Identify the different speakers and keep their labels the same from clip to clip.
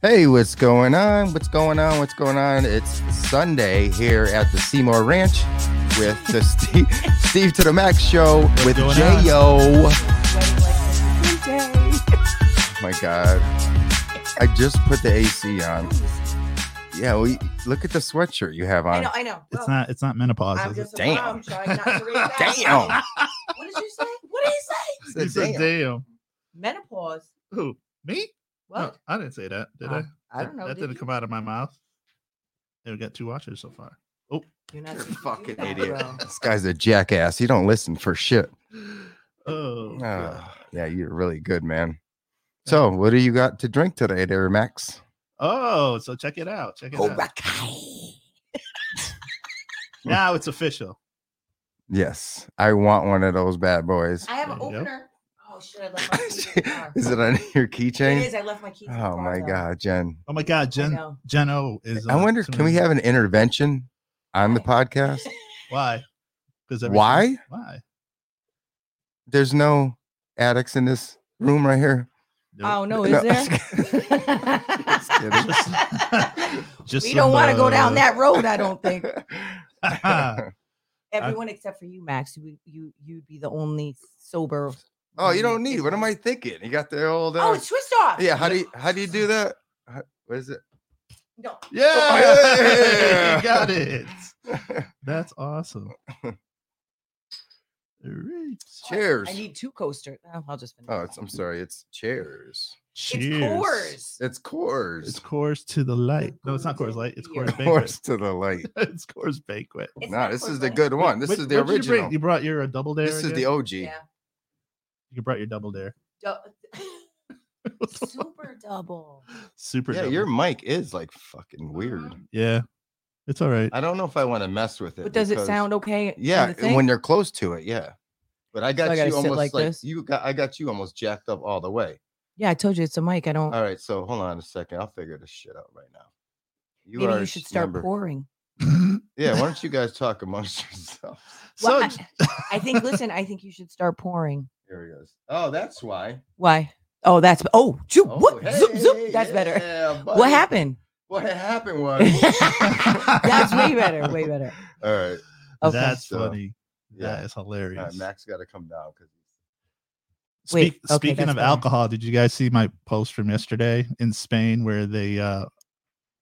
Speaker 1: Hey, what's going on? What's going on? What's going on? It's Sunday here at the Seymour Ranch with the Steve, Steve to the Max show with
Speaker 2: going on?
Speaker 1: J.O. Oh
Speaker 3: Yay.
Speaker 1: my God. I just put the AC on. Yeah, we look at the sweatshirt you have
Speaker 3: I
Speaker 1: on.
Speaker 3: know, I know.
Speaker 2: It's
Speaker 3: Well,
Speaker 2: not. It's not menopause.
Speaker 3: I'm
Speaker 2: is it?
Speaker 3: just a
Speaker 1: Damn.
Speaker 3: mom trying not to read that.
Speaker 1: Damn.
Speaker 3: What did you say? What did he say?
Speaker 1: It's a
Speaker 2: You said
Speaker 1: damn.
Speaker 2: damn.
Speaker 3: Menopause.
Speaker 2: Who? Me? No,
Speaker 3: What?
Speaker 2: I didn't say that, did I?
Speaker 3: Uh, I don't know.
Speaker 2: That
Speaker 3: did
Speaker 2: did not
Speaker 3: you?
Speaker 2: come out of my mouth. They got two watchers so far.
Speaker 3: You're not
Speaker 1: You're a
Speaker 3: supposed to
Speaker 1: fucking
Speaker 3: do that,
Speaker 1: idiot.
Speaker 3: bro.
Speaker 1: This guy's a jackass. He don't listen for shit.
Speaker 2: Oh, God.
Speaker 1: Ah, yeah, you're really good, man. So, what do you got to drink today, there, Max?
Speaker 2: oh, so check it out. Check it out. Now it's official.
Speaker 1: Yes, I want one of those bad boys.
Speaker 3: I have an
Speaker 2: There you go.
Speaker 3: opener. Oh shit! I left my keys in the car.
Speaker 1: Is it on your
Speaker 3: It
Speaker 1: keychain?
Speaker 3: is. I left my keys. in the
Speaker 1: Oh
Speaker 3: car,
Speaker 1: my
Speaker 3: though.
Speaker 1: God, Jen.
Speaker 2: Oh my God,
Speaker 3: I
Speaker 2: Jen
Speaker 3: know.
Speaker 2: Jen O is.
Speaker 1: I
Speaker 2: on
Speaker 1: wonder,
Speaker 2: soon.
Speaker 1: can we have an intervention on the
Speaker 3: Oh.
Speaker 1: podcast?
Speaker 2: why? Because
Speaker 1: Why?
Speaker 2: Why?
Speaker 1: There's no addicts in this room right here.
Speaker 3: Oh
Speaker 2: Nope.
Speaker 1: No, I'm
Speaker 3: no! Is there?
Speaker 1: just kidding.
Speaker 2: kidding. Just
Speaker 3: we don't
Speaker 2: some,
Speaker 3: want to go down
Speaker 2: uh,
Speaker 3: that road. I don't think
Speaker 2: I-
Speaker 3: everyone except for you, Max. You you you'd be the only sober.
Speaker 1: oh, you don't need. What am I thinking? You got the old. Uh,
Speaker 3: Oh, it's twist off.
Speaker 1: yeah. How do you how do you do that? How- What is it?
Speaker 3: No.
Speaker 1: Yeah.
Speaker 2: Yeah, got it. That's awesome. All right.
Speaker 1: Cheers.
Speaker 3: Oh, I need two coasters. Oh, I'll just finish.
Speaker 1: Oh, it's, I'm sorry. It's chairs.
Speaker 3: It's Coors.
Speaker 1: It's cores.
Speaker 2: It's Coors to the light. No, it's not Coors Light. It's Coors
Speaker 3: Coors
Speaker 2: Banquet.
Speaker 1: Coors to the light.
Speaker 2: it's Coors Banquet.
Speaker 3: It's
Speaker 1: no,
Speaker 3: not
Speaker 1: this is
Speaker 3: Coors
Speaker 1: the
Speaker 3: Light.
Speaker 1: good one. This
Speaker 2: What-
Speaker 1: is the
Speaker 2: what did You,
Speaker 1: original.
Speaker 2: bring? you brought your uh, double dare.
Speaker 1: This is the
Speaker 2: again?
Speaker 1: OG.
Speaker 3: Yeah.
Speaker 2: You brought your double dare.
Speaker 3: Du- Super double.
Speaker 2: Super.
Speaker 1: Yeah,
Speaker 2: double.
Speaker 1: your mic is like fucking weird.
Speaker 2: Yeah. It's all right.
Speaker 1: I don't know if I want to mess with it.
Speaker 3: Um, But does it
Speaker 1: because-
Speaker 3: sound okay? on
Speaker 1: Yeah,
Speaker 3: the thing?
Speaker 1: when you're close to it, yeah. But I got
Speaker 3: I gotta
Speaker 1: you
Speaker 3: sit
Speaker 1: almost like,
Speaker 3: like this?
Speaker 1: you got. I got you almost jacked up all the way.
Speaker 3: yeah, I told you it's a mic. I don't.
Speaker 1: All right, so hold on a second. I'll figure this shit out right now. You
Speaker 3: maybe
Speaker 1: are
Speaker 3: you
Speaker 1: a
Speaker 3: should
Speaker 1: sh-
Speaker 3: start
Speaker 1: member.
Speaker 3: pouring.
Speaker 1: Yeah, why don't you guys talk amongst yourselves?
Speaker 2: so
Speaker 3: Well, I think. Listen, I think you should start pouring.
Speaker 1: Here he goes. Oh, that's why.
Speaker 3: Why? Oh, that's. Oh, choo,
Speaker 1: Oh,
Speaker 3: whoop, zoop, zoop.
Speaker 1: hey,
Speaker 3: That's better.
Speaker 1: yeah, buddy.
Speaker 3: What happened?
Speaker 1: What happened was.
Speaker 3: that's way better. Way better.
Speaker 1: all right.
Speaker 3: Okay.
Speaker 2: that's
Speaker 1: So,
Speaker 2: funny.
Speaker 1: Yeah.
Speaker 2: That is
Speaker 1: All right,
Speaker 2: hilarious.
Speaker 1: Max got to come down because
Speaker 2: Speak,
Speaker 3: Wait, okay,
Speaker 2: speaking
Speaker 3: that's
Speaker 2: of
Speaker 3: better.
Speaker 2: alcohol, did you guys see my post from yesterday in Spain where they uh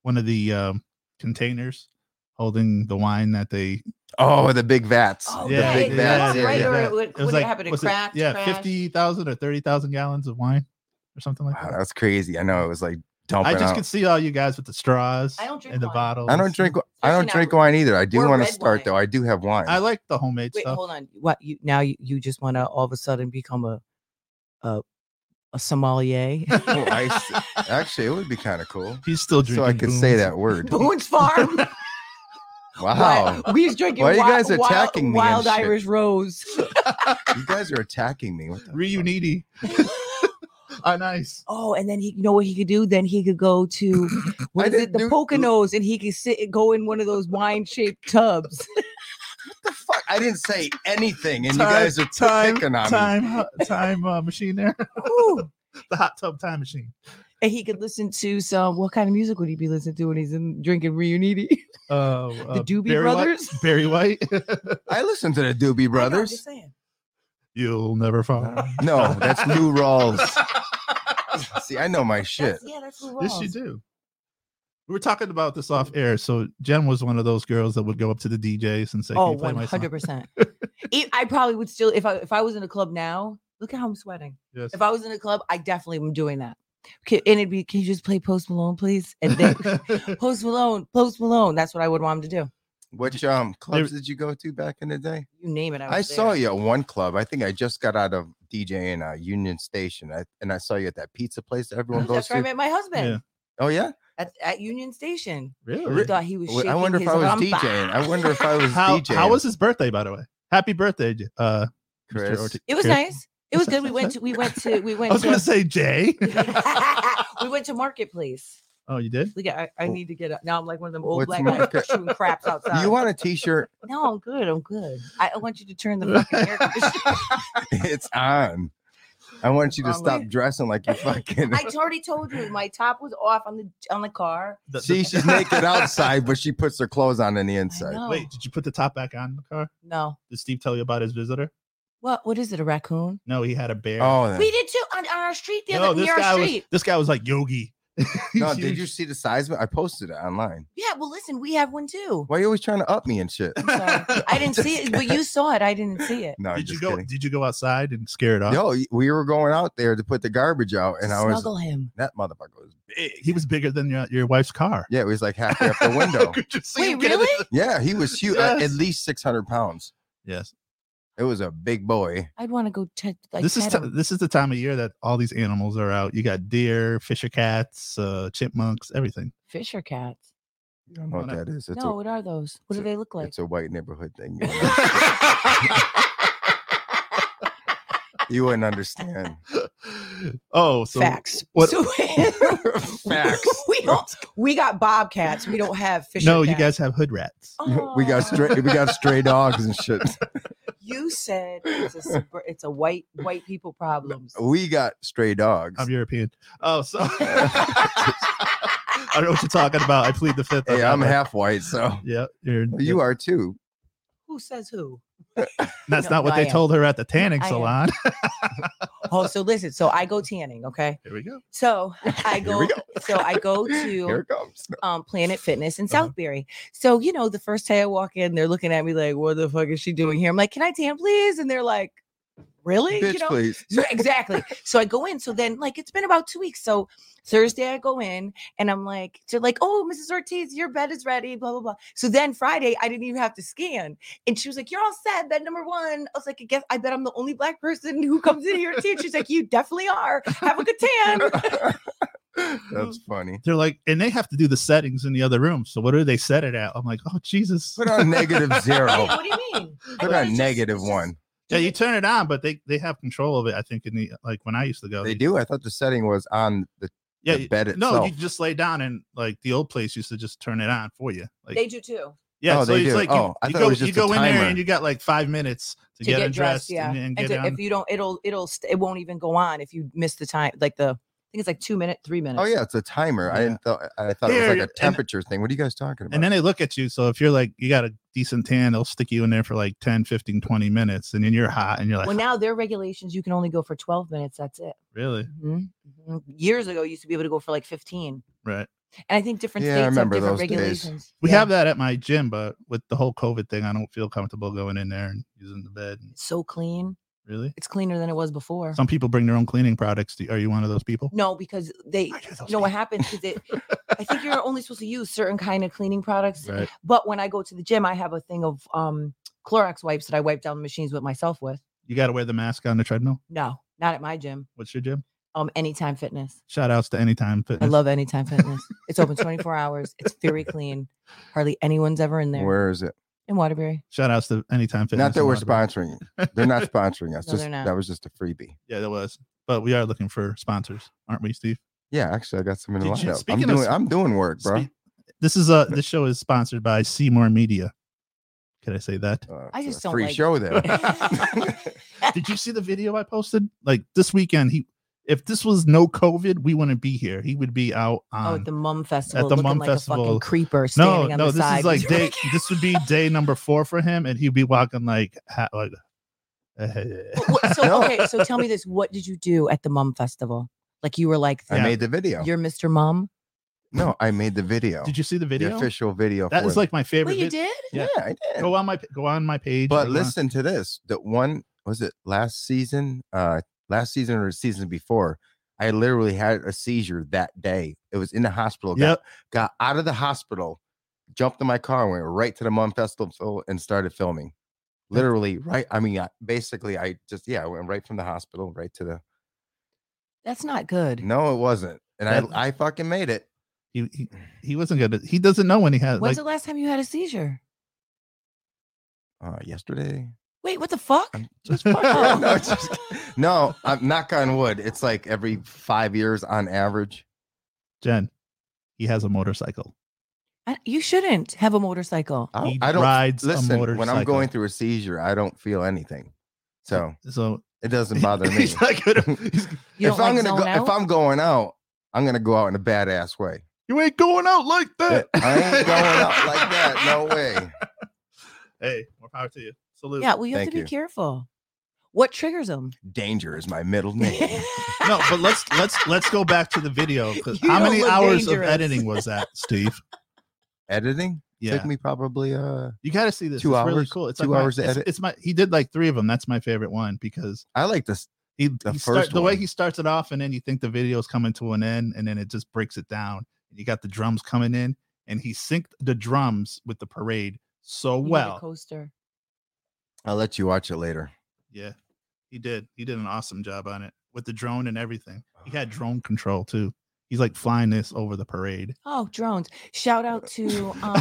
Speaker 2: one of the um containers holding the wine that they
Speaker 1: Oh, the big vats.
Speaker 3: Oh,
Speaker 1: the
Speaker 3: yeah,
Speaker 1: big
Speaker 3: yeah,
Speaker 1: vats.
Speaker 3: yeah,
Speaker 1: Yeah,
Speaker 3: right,
Speaker 1: yeah.
Speaker 3: or it would- would it happen to
Speaker 2: was
Speaker 3: crack,
Speaker 2: yeah,
Speaker 3: crash?
Speaker 2: fifty thousand or thirty thousand gallons of wine or something like
Speaker 1: Wow,
Speaker 2: that.
Speaker 1: that's crazy. I know it was like dumping.
Speaker 2: I just
Speaker 1: out.
Speaker 2: could see all you guys with the straws
Speaker 3: I don't drink
Speaker 2: and the
Speaker 3: wine.
Speaker 2: bottles.
Speaker 1: I don't drink. I
Speaker 3: Especially
Speaker 1: don't
Speaker 3: not
Speaker 1: drink
Speaker 3: red-
Speaker 1: wine either. I do
Speaker 3: or
Speaker 1: want to
Speaker 3: red
Speaker 1: start
Speaker 3: wine.
Speaker 1: though. I do have wine.
Speaker 2: I like the homemade
Speaker 3: Wait,
Speaker 2: stuff.
Speaker 3: hold on. What you now? You, you just want to all of a sudden become a a, a sommelier?
Speaker 1: Oh, I see. Actually, it would be kind of cool.
Speaker 2: He's still
Speaker 1: So
Speaker 2: drinking.
Speaker 1: I could say
Speaker 2: Boone's.
Speaker 1: that word.
Speaker 3: Boone's Farm.
Speaker 1: Wow,
Speaker 3: Why- We was drinking.
Speaker 1: Oh. Why are you
Speaker 3: wi-
Speaker 1: guys
Speaker 3: wild-
Speaker 1: attacking me and
Speaker 3: Wild,
Speaker 1: shit?
Speaker 3: Irish Rose.
Speaker 1: you guys are attacking me. What the fuck?
Speaker 2: Reuniti on ice.
Speaker 3: oh, and then he, you know what he could do? Then he could go to what
Speaker 1: I
Speaker 3: is it?
Speaker 1: didn't
Speaker 3: The
Speaker 1: do-
Speaker 3: Poconos, and he could sit and go in one of those wine shaped tubs.
Speaker 1: What the fuck? I didn't say anything, and
Speaker 2: Time-
Speaker 1: you guys are
Speaker 2: Time,
Speaker 1: picking on me.
Speaker 2: time, hu- time uh, machine there.
Speaker 3: Ooh.
Speaker 2: the hot tub time machine.
Speaker 3: and he could listen to some. What kind of music would he be listening to when he's in, drinking Reuniti?
Speaker 2: Uh, uh,
Speaker 3: The Doobie
Speaker 2: Barry White-
Speaker 3: Brothers?
Speaker 2: Barry White.
Speaker 1: I listen to the Doobie
Speaker 3: I know, I'm
Speaker 1: Brothers.
Speaker 3: just saying.
Speaker 2: You'll never fall.
Speaker 1: No, that's New Rawls. See, I know my shit.
Speaker 3: That's- yeah, that's
Speaker 2: Yes, you
Speaker 3: what
Speaker 2: do. We were talking about this off air. So Jen was one of those girls that would go up to the DJs and say, "Can
Speaker 3: Oh,
Speaker 2: you play my song?"
Speaker 3: 100 percent. E, I probably would still if I if I was in a club now. Look at how I'm sweating.
Speaker 2: Yes.
Speaker 3: If I was in a club, I definitely am doing that. Ca- and it'd be, can you just play Post Malone, please? And then Post Malone, Post Malone. That's what I would want him to do.
Speaker 1: Which um clubs did you go to back in the day?
Speaker 3: You name it. I, was
Speaker 1: I saw
Speaker 3: there.
Speaker 1: you at one club. I think I just got out of DJ in uh, Union Station, I, and I saw you at that pizza place that everyone goes
Speaker 3: Oh, That's where I
Speaker 1: to.
Speaker 3: met my husband
Speaker 2: Yeah.
Speaker 1: Oh yeah,
Speaker 3: at, at Union Station.
Speaker 2: really?
Speaker 3: We thought he was.
Speaker 1: Wait, I
Speaker 3: shaking
Speaker 1: wonder if
Speaker 3: his
Speaker 1: I was
Speaker 3: rumpa.
Speaker 1: DJing. I wonder if I was
Speaker 2: How,
Speaker 1: DJing.
Speaker 2: how was his birthday, by the way? Happy birthday, J- uh, Mr.
Speaker 1: Chris?
Speaker 2: Ortiz-
Speaker 3: It was
Speaker 2: Chris.
Speaker 3: nice. It was good. We went to. We went to. We
Speaker 2: I
Speaker 3: went
Speaker 2: was
Speaker 3: to.
Speaker 2: gonna say Jay.
Speaker 3: we went to marketplace.
Speaker 2: oh, you did?
Speaker 3: Look, at, I, I
Speaker 1: Oh.
Speaker 3: need to get up now. I'm like one of them old
Speaker 1: What's
Speaker 3: black
Speaker 1: market-
Speaker 3: guys shooting craps outside.
Speaker 1: You want a T-shirt?
Speaker 3: No, I'm good. I'm good. I, I want you to turn the fucking air conditioner.
Speaker 1: it's on. I want you to stop
Speaker 3: Probably.
Speaker 1: dressing like you fucking.
Speaker 3: I already told you my top was off on the on the car.
Speaker 2: The-
Speaker 1: See,
Speaker 2: the-
Speaker 1: she's naked outside, but she puts her clothes on on the
Speaker 3: I
Speaker 1: inside.
Speaker 3: know.
Speaker 2: Wait, did you put the top back on the car?
Speaker 3: No.
Speaker 2: Did Steve tell you about his visitor?
Speaker 3: What what is it? A raccoon?
Speaker 2: No, he had a bear.
Speaker 1: Oh, then-
Speaker 3: We did too on, on our street the
Speaker 2: no,
Speaker 3: other
Speaker 2: this
Speaker 3: near
Speaker 2: guy
Speaker 3: our
Speaker 2: was
Speaker 3: street.
Speaker 2: this guy was like Yogi.
Speaker 1: no! Did you see the size of it? I posted it online.
Speaker 3: Yeah, well listen, we have one too.
Speaker 1: Why are you always trying to up me and shit?
Speaker 3: I'm sorry. I didn't see it, but you saw it. I didn't see it.
Speaker 1: No, I'm
Speaker 2: did you
Speaker 1: just
Speaker 2: go?
Speaker 1: kidding.
Speaker 2: Did you go outside and scare it off?
Speaker 1: Yo, we were going out there to put the garbage out, and I was
Speaker 3: Snuggle him.
Speaker 1: that motherfucker was big.
Speaker 2: He was bigger than your, your wife's car.
Speaker 1: yeah, he was like halfway up the window.
Speaker 2: Could you see
Speaker 3: Wait,
Speaker 2: him get it?
Speaker 3: really?
Speaker 1: yeah, he was huge, uh, at
Speaker 2: Yes.
Speaker 1: least six hundred pounds.
Speaker 2: Yes.
Speaker 1: It was a big boy.
Speaker 3: I'd want to go check. Like,
Speaker 2: this is
Speaker 3: pet
Speaker 2: t-
Speaker 3: him.
Speaker 2: this is the time of year that all these animals are out. You got deer, fisher cats, uh, chipmunks, everything.
Speaker 3: Fisher cats.
Speaker 1: You don't know what that is. It's
Speaker 3: no,
Speaker 1: a
Speaker 3: what are those?
Speaker 1: it's
Speaker 3: What do
Speaker 1: a-
Speaker 3: they look like?
Speaker 1: it's a white neighborhood thing. You, wouldn't- you wouldn't understand.
Speaker 2: oh, so
Speaker 3: Facts.
Speaker 2: what-
Speaker 3: So-
Speaker 1: Facts.
Speaker 3: we don't. We got bobcats. We don't have fisher.
Speaker 2: no, you
Speaker 3: cats. Oh.
Speaker 2: guys have hood rats.
Speaker 1: we got
Speaker 3: Aw.
Speaker 1: stray. We got stray dogs and shit.
Speaker 3: You said it's a sp- it's a white white people problems.
Speaker 1: We got stray dogs.
Speaker 2: I'm European. Oh, so I don't know what you're talking about. I plead the fifth. on
Speaker 1: hey,
Speaker 2: that
Speaker 1: I'm
Speaker 2: one.
Speaker 1: half white, so
Speaker 2: Yeah, you're,
Speaker 1: you are too.
Speaker 3: Who says who?
Speaker 2: That's
Speaker 3: No,
Speaker 2: not what
Speaker 3: no, I
Speaker 2: they
Speaker 3: am.
Speaker 2: told her at the tanning
Speaker 3: I am.
Speaker 2: salon.
Speaker 3: Oh, so listen. So I go tanning. Okay.
Speaker 2: Here we go.
Speaker 3: So I
Speaker 1: Here
Speaker 3: go.
Speaker 1: we go.
Speaker 3: So I go
Speaker 1: Here
Speaker 3: to
Speaker 1: it comes.
Speaker 3: um, Planet Fitness in
Speaker 2: Uh-huh.
Speaker 3: Southbury. So you know, the first day I walk in, they're looking at me like, "What the fuck is she doing here?" I'm like, "Can I tan, please?" And they're like, "Really?"
Speaker 1: Bitch,
Speaker 3: you know.
Speaker 1: please.
Speaker 3: So exactly. So I go in. So then, like, it's been about two weeks. So Thursday, I go in and I'm like, to like, oh, Mrs. Ortiz, your bed is ready, blah, blah, blah. So then Friday, I didn't even have to scan. And she was like, you're all set, bed number one. I was like, I guess I bet I'm the only black person who comes in here to tan. She's like, you definitely are. Have a good tan.
Speaker 1: That's funny.
Speaker 2: They're like, and they have to do the settings in the other room. So what do they set it at? I'm like, oh Jesus.
Speaker 1: Put on negative
Speaker 3: Wait,
Speaker 1: zero.
Speaker 3: what do you mean? I
Speaker 1: Put
Speaker 3: thought
Speaker 1: on
Speaker 3: it's just-
Speaker 1: negative
Speaker 3: it's just-
Speaker 1: one.
Speaker 2: Yeah, you turn it on, but they they have control of it. I think in the like when I used to go,
Speaker 1: They do. I thought the setting was on the,
Speaker 2: Yeah,
Speaker 1: the
Speaker 2: you-
Speaker 1: bed itself.
Speaker 2: no, you just lay down and like the old place used to just turn it on for you. Like
Speaker 3: They do too.
Speaker 2: yeah,
Speaker 1: Oh,
Speaker 2: so
Speaker 1: they
Speaker 2: it's
Speaker 1: do.
Speaker 2: like
Speaker 1: Oh, I
Speaker 2: you, you
Speaker 1: thought it
Speaker 2: go
Speaker 1: was
Speaker 2: you
Speaker 1: just a
Speaker 2: go in there
Speaker 1: timer.
Speaker 2: and you got like five minutes to, get, undressed and, and get
Speaker 3: and to-
Speaker 2: on.
Speaker 3: if you don't, it'll it'll st- it won't even go on if you miss the time. Like the I think it's like two minute, three minutes.
Speaker 1: oh yeah, it's a timer. I
Speaker 2: Yeah.
Speaker 1: didn't thought I thought it
Speaker 2: There,
Speaker 1: was like
Speaker 2: and-
Speaker 1: a temperature thing. What are you guys talking about?
Speaker 2: and then they look at you. So if you're like you got a decent tan, they'll stick you in there for like 10, 15, 20 minutes, and then you're hot and you're like,
Speaker 3: Well, now their regulations, you can only go for 12 minutes. That's it.
Speaker 2: really?
Speaker 3: Mhm, mhm. Years ago, you used to be able to go for like 15.
Speaker 2: Right.
Speaker 3: And I think different
Speaker 1: Yeah, I
Speaker 3: states have
Speaker 1: remember
Speaker 3: different
Speaker 1: those days.
Speaker 3: regulations.
Speaker 2: We
Speaker 3: Yeah.
Speaker 2: have that at my gym, but with the whole COVID thing, I don't feel comfortable going in there and using the bed.
Speaker 3: It's so clean.
Speaker 2: Really?
Speaker 3: It's cleaner than it was before.
Speaker 2: Some people bring their own cleaning products. Do- Are you one of those people?
Speaker 3: no, because they, you
Speaker 2: Are you those
Speaker 3: know what
Speaker 2: people?
Speaker 3: happens? Because it, I think you're only supposed to use certain kind of cleaning products.
Speaker 2: Right.
Speaker 3: But when I go to the gym, I have a thing of um Clorox wipes that I wipe down the machines with myself with.
Speaker 2: You got to wear the mask on the treadmill.
Speaker 3: No, not at my gym.
Speaker 2: What's your gym?
Speaker 3: Um, Anytime Fitness.
Speaker 2: Shout outs to Anytime
Speaker 3: I
Speaker 2: Fitness.
Speaker 3: love Anytime Fitness. It's open 24 hours. It's very clean. Hardly anyone's ever in there.
Speaker 1: Where is it?
Speaker 3: in Waterbury.
Speaker 2: Shout outs to Anytime Fitness.
Speaker 1: not that
Speaker 2: in
Speaker 1: we're
Speaker 2: Waterbury.
Speaker 1: sponsoring. you. They're not sponsoring us.
Speaker 3: No,
Speaker 1: just
Speaker 3: they're not.
Speaker 1: that was just a freebie.
Speaker 2: Yeah, that was. But we are looking for sponsors, aren't we, Steve?
Speaker 1: Yeah, actually, I got some in the
Speaker 2: Did you-
Speaker 1: lineup. I'm
Speaker 2: speaking of
Speaker 1: doing.
Speaker 2: sp-
Speaker 1: I'm doing work, bro.
Speaker 2: Spe- This is uh this show is sponsored by Seymour Media. Can I say that?
Speaker 1: Uh,
Speaker 3: I
Speaker 1: it's a
Speaker 3: just don't
Speaker 1: free
Speaker 3: like-
Speaker 1: show there.
Speaker 2: Did you see the video I posted? Like this weekend, he if this was no COVID, we wouldn't be here. He would be out
Speaker 3: Oh,
Speaker 2: on
Speaker 3: at the Mum Festival.
Speaker 2: the
Speaker 3: looking
Speaker 2: Mum
Speaker 3: like A
Speaker 2: Festival.
Speaker 3: fucking creeper
Speaker 2: no,
Speaker 3: standing on
Speaker 2: no.
Speaker 3: the
Speaker 2: This
Speaker 3: side.
Speaker 2: is like day. this would be day number four for him, and he'd be walking like, ha- like
Speaker 3: Wha- wha- so
Speaker 1: No.
Speaker 3: okay, so tell me this: What did you do at the Mum Festival? Like you were like,
Speaker 1: I
Speaker 2: Yeah.
Speaker 1: made the video.
Speaker 3: you're Mr. Mum.
Speaker 1: No, I made the video.
Speaker 2: Did you see the
Speaker 1: The
Speaker 2: video?
Speaker 1: official video.
Speaker 2: that
Speaker 1: for
Speaker 2: is
Speaker 1: it.
Speaker 2: like my favorite.
Speaker 3: Wait, you
Speaker 2: vid-
Speaker 3: did?
Speaker 1: yeah, I did.
Speaker 2: Go on my go on my page.
Speaker 1: But
Speaker 2: or go on-
Speaker 1: listen to this. The one was it last season? Uh last season or the season before, I literally had a seizure that day. It was in the hospital. Got,
Speaker 2: Yep.
Speaker 1: got out of the hospital, jumped in my car, went right to the Mum Festival fil- and started filming. Literally, right. I mean, I, basically, I just yeah, I went right from the hospital right to the.
Speaker 3: That's not good.
Speaker 1: No, it wasn't, and
Speaker 2: That-
Speaker 1: I I fucking made it.
Speaker 2: He, he he wasn't gonna. He doesn't know when he has.
Speaker 3: When's
Speaker 2: Like,
Speaker 3: the last time you had a seizure?
Speaker 1: Uh, yesterday.
Speaker 3: Wait, what the fuck?
Speaker 1: I'm
Speaker 2: just
Speaker 1: Yeah, no, it's just- no, I'm knock on wood. It's like every five years on average.
Speaker 2: Jen, he has a motorcycle.
Speaker 3: I- you shouldn't have a motorcycle.
Speaker 1: I,
Speaker 2: He
Speaker 1: Oh, I don't
Speaker 2: rides a
Speaker 1: listen when I'm
Speaker 2: motorcycle.
Speaker 1: going through a seizure. I don't feel anything. So
Speaker 2: So
Speaker 1: it doesn't bother me.
Speaker 2: he's not gonna. he's-
Speaker 3: You
Speaker 1: if
Speaker 3: don't
Speaker 1: I'm
Speaker 3: like
Speaker 1: gonna
Speaker 3: zone
Speaker 1: go,
Speaker 3: out?
Speaker 1: if I'm going out, I'm gonna go out in a badass way.
Speaker 2: you ain't going out like
Speaker 1: I
Speaker 2: that.
Speaker 1: ain't going out like that. No way.
Speaker 2: Hey, more power to you. Salute.
Speaker 3: yeah, well, you have
Speaker 1: Thank
Speaker 3: to be
Speaker 1: you.
Speaker 3: careful. What triggers them?
Speaker 1: Danger is my middle name.
Speaker 2: No, but let's let's let's go back to the video. 'cause
Speaker 3: You
Speaker 2: How
Speaker 3: don't
Speaker 2: many
Speaker 3: look
Speaker 2: hours
Speaker 3: dangerous.
Speaker 2: of editing was that, Steve?
Speaker 1: Editing
Speaker 2: Yeah,
Speaker 1: took me probably uh.
Speaker 2: you got to see this.
Speaker 1: two
Speaker 2: it's really
Speaker 1: hours-
Speaker 2: cool. It's
Speaker 1: two
Speaker 2: like my-
Speaker 1: hours to
Speaker 2: it's-
Speaker 1: edit.
Speaker 2: It's my. He did like three of them. That's my favorite one because
Speaker 1: I like this.
Speaker 2: he,
Speaker 1: The
Speaker 2: he start,
Speaker 1: first
Speaker 2: the way
Speaker 1: one.
Speaker 2: he starts it off, and then you think the video's coming to an end, and then it just breaks it down. You got the drums coming in, and he synced the drums with the parade so
Speaker 3: You need a
Speaker 2: well.
Speaker 3: coaster.
Speaker 1: I'll let you watch it later.
Speaker 2: Yeah, he did. He did an awesome job on it with the drone and everything. He had drone control too. He's like flying this over the parade.
Speaker 3: Oh, drones. Shout out to um,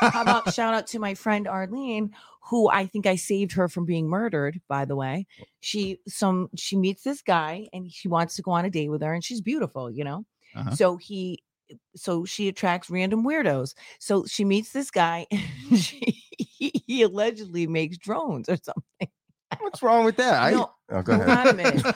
Speaker 3: How about shout out to my friend Arlene, who I think I saved her from being murdered, by the way.
Speaker 2: Oh,
Speaker 3: She some she meets this guy and she wants to go on a date with her and she's beautiful, you know.
Speaker 2: Uh-huh.
Speaker 3: So he so she attracts random weirdos. So she meets this guy and she, he, he allegedly makes drones or something.
Speaker 1: What's wrong with that? I
Speaker 3: No,
Speaker 1: oh, go
Speaker 3: hold
Speaker 1: ahead.
Speaker 3: on a minute.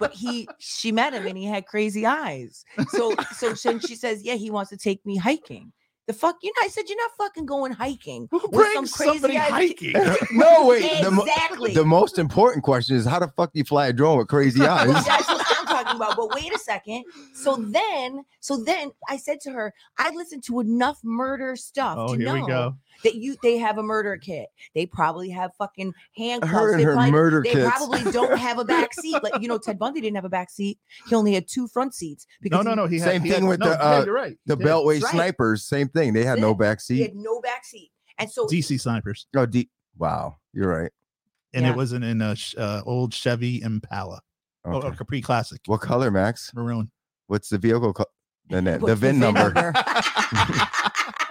Speaker 3: but he she met him and he had crazy eyes. So so then she says, Yeah, he wants to take me hiking. The fuck you know, I said, You're not fucking going hiking.
Speaker 2: Who
Speaker 3: with
Speaker 2: brings
Speaker 3: crazy
Speaker 2: somebody
Speaker 3: ass
Speaker 2: hiking?
Speaker 1: no wait. The, mo-
Speaker 3: Exactly.
Speaker 1: the most important question is how the fuck do you fly a drone with crazy
Speaker 3: Well,
Speaker 1: eyes?
Speaker 3: that's what I'm talking about. But wait a second. So then, so then I said to her, I listened to enough murder stuff
Speaker 2: oh,
Speaker 3: to
Speaker 2: here
Speaker 3: know
Speaker 2: we go.
Speaker 3: that you they have a murder kit. They probably have fucking handcuffs.
Speaker 1: Her and
Speaker 3: they
Speaker 1: her
Speaker 3: probably,
Speaker 1: murder
Speaker 3: they
Speaker 1: kids.
Speaker 3: probably don't have a back seat. Like you know, Ted Bundy didn't have a back seat. He only had two front seats
Speaker 2: No,
Speaker 3: because
Speaker 2: no,
Speaker 3: he-
Speaker 2: no. He had,
Speaker 1: Same
Speaker 2: he
Speaker 1: thing
Speaker 2: had-
Speaker 1: with
Speaker 2: no,
Speaker 1: the,
Speaker 2: yeah,
Speaker 1: uh,
Speaker 2: you're right.
Speaker 1: The
Speaker 2: He did.
Speaker 1: Beltway
Speaker 3: Right.
Speaker 1: snipers, same thing. They had no back
Speaker 3: He
Speaker 1: seat.
Speaker 3: had no back seat. And so
Speaker 2: DC snipers,
Speaker 1: Oh, D- wow, you're right.
Speaker 2: and
Speaker 3: Yeah.
Speaker 2: it wasn't in a sh- uh, old Chevy Impala
Speaker 1: Okay.
Speaker 2: or a Capri Classic
Speaker 1: What color, Max?
Speaker 2: maroon.
Speaker 1: What's the vehicle? Co- the, the,
Speaker 3: What's
Speaker 1: VIN number.
Speaker 3: number?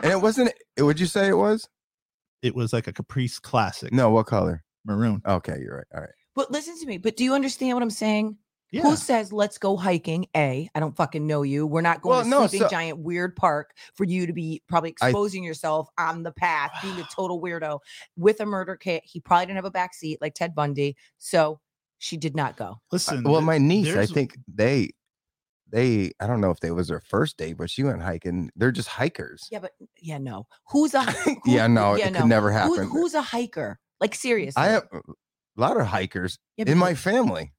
Speaker 1: And it wasn't. It, would you say it was?
Speaker 2: It was like a Caprice Classic
Speaker 1: No. What color?
Speaker 2: maroon.
Speaker 1: Okay, you're right. All right.
Speaker 3: but listen to me. But do you understand what I'm saying?
Speaker 2: Yeah,
Speaker 3: Who says let's go hiking? A, I don't fucking know you. We're not going
Speaker 1: Well,
Speaker 3: to
Speaker 1: no,
Speaker 3: sleeping
Speaker 1: so-
Speaker 3: giant weird park for you to be probably
Speaker 1: I-
Speaker 3: exposing yourself on the path, being a total weirdo with a murder kit. He probably didn't have a back seat like Ted Bundy, so she did not go.
Speaker 2: listen.
Speaker 1: well,
Speaker 2: th-
Speaker 1: my niece, I
Speaker 2: there's-
Speaker 1: think they, they, I don't know if they was their first date, but she went hiking. They're just hikers.
Speaker 3: Yeah, but yeah, no. Who's a who-
Speaker 1: yeah, no, it could never
Speaker 3: Who-
Speaker 1: happen.
Speaker 3: who's a hiker? Like seriously,
Speaker 1: I have a lot of hikers
Speaker 3: Yeah, but
Speaker 1: in my
Speaker 3: you-
Speaker 1: family.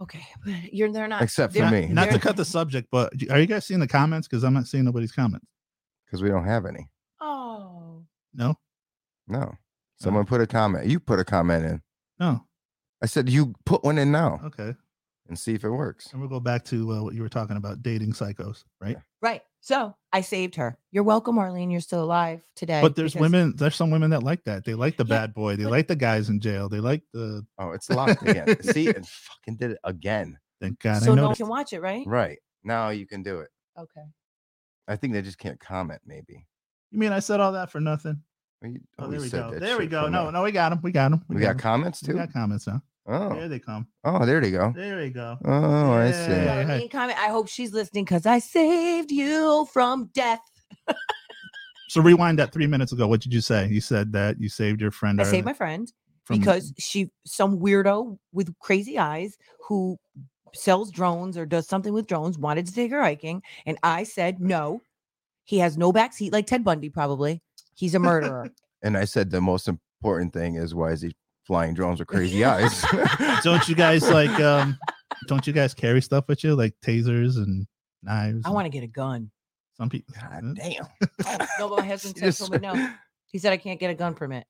Speaker 3: okay, but you're they're not
Speaker 1: Except for
Speaker 3: they're-
Speaker 2: not,
Speaker 1: me.
Speaker 2: not to
Speaker 3: they're-
Speaker 2: cut the subject, but are you guys seeing the comments? Because I'm not seeing nobody's comments.
Speaker 1: because we don't have any.
Speaker 3: Oh,
Speaker 2: No, Oh.
Speaker 1: No. Someone put a comment. You put a comment in.
Speaker 2: no.
Speaker 1: I said you put one in now
Speaker 2: Okay,
Speaker 1: and see if it works.
Speaker 2: and we'll go back to uh, what you were talking about, dating psychos, right?
Speaker 3: right. So I saved her. You're welcome, Arlene. You're still alive today.
Speaker 2: But there's
Speaker 3: because-
Speaker 2: women. There's some women that like that. They like the
Speaker 3: Yeah,
Speaker 2: bad boy. They
Speaker 3: but-
Speaker 2: like the guys in jail. They like the.
Speaker 1: Oh, it's locked again. see, it fucking did it again.
Speaker 2: Thank God
Speaker 3: so
Speaker 2: I
Speaker 3: no one
Speaker 2: noticed.
Speaker 3: can watch it, right?
Speaker 1: Right. Now you can do it.
Speaker 3: Okay.
Speaker 1: I think they just can't comment, maybe.
Speaker 2: you mean I said all that for nothing?
Speaker 1: Well, you
Speaker 2: Oh, there
Speaker 1: always
Speaker 2: we
Speaker 1: said
Speaker 2: go.
Speaker 1: that
Speaker 2: There we
Speaker 1: shit
Speaker 2: go.
Speaker 1: for
Speaker 2: No,
Speaker 1: me.
Speaker 2: no, we got him. We got him.
Speaker 1: We got
Speaker 2: him.
Speaker 1: comments
Speaker 2: We
Speaker 1: too?
Speaker 2: got comments now. There
Speaker 1: Oh.
Speaker 2: they come.
Speaker 1: Oh, there you go.
Speaker 2: There we go.
Speaker 1: Oh, I see.
Speaker 2: Yeah.
Speaker 3: Arlene, comment. I hope she's listening because I saved you from death.
Speaker 2: So rewind that three minutes ago. What did you say? You said that you saved your friend.
Speaker 3: I saved
Speaker 2: Arlene
Speaker 3: my friend
Speaker 2: from-
Speaker 3: because she some weirdo with crazy eyes who sells drones or does something with drones wanted to take her hiking, and I said no. He has no backseat like Ted Bundy. Probably he's a murderer.
Speaker 1: And I said the most important thing is why is he flying drones with crazy eyes?
Speaker 2: Don't you guys like? um Don't you guys carry stuff with you, like tasers and knives?
Speaker 3: I want to get a gun.
Speaker 2: some people.
Speaker 1: God damn.
Speaker 3: No, but my husband said, told me no. He said I can't get a gun permit.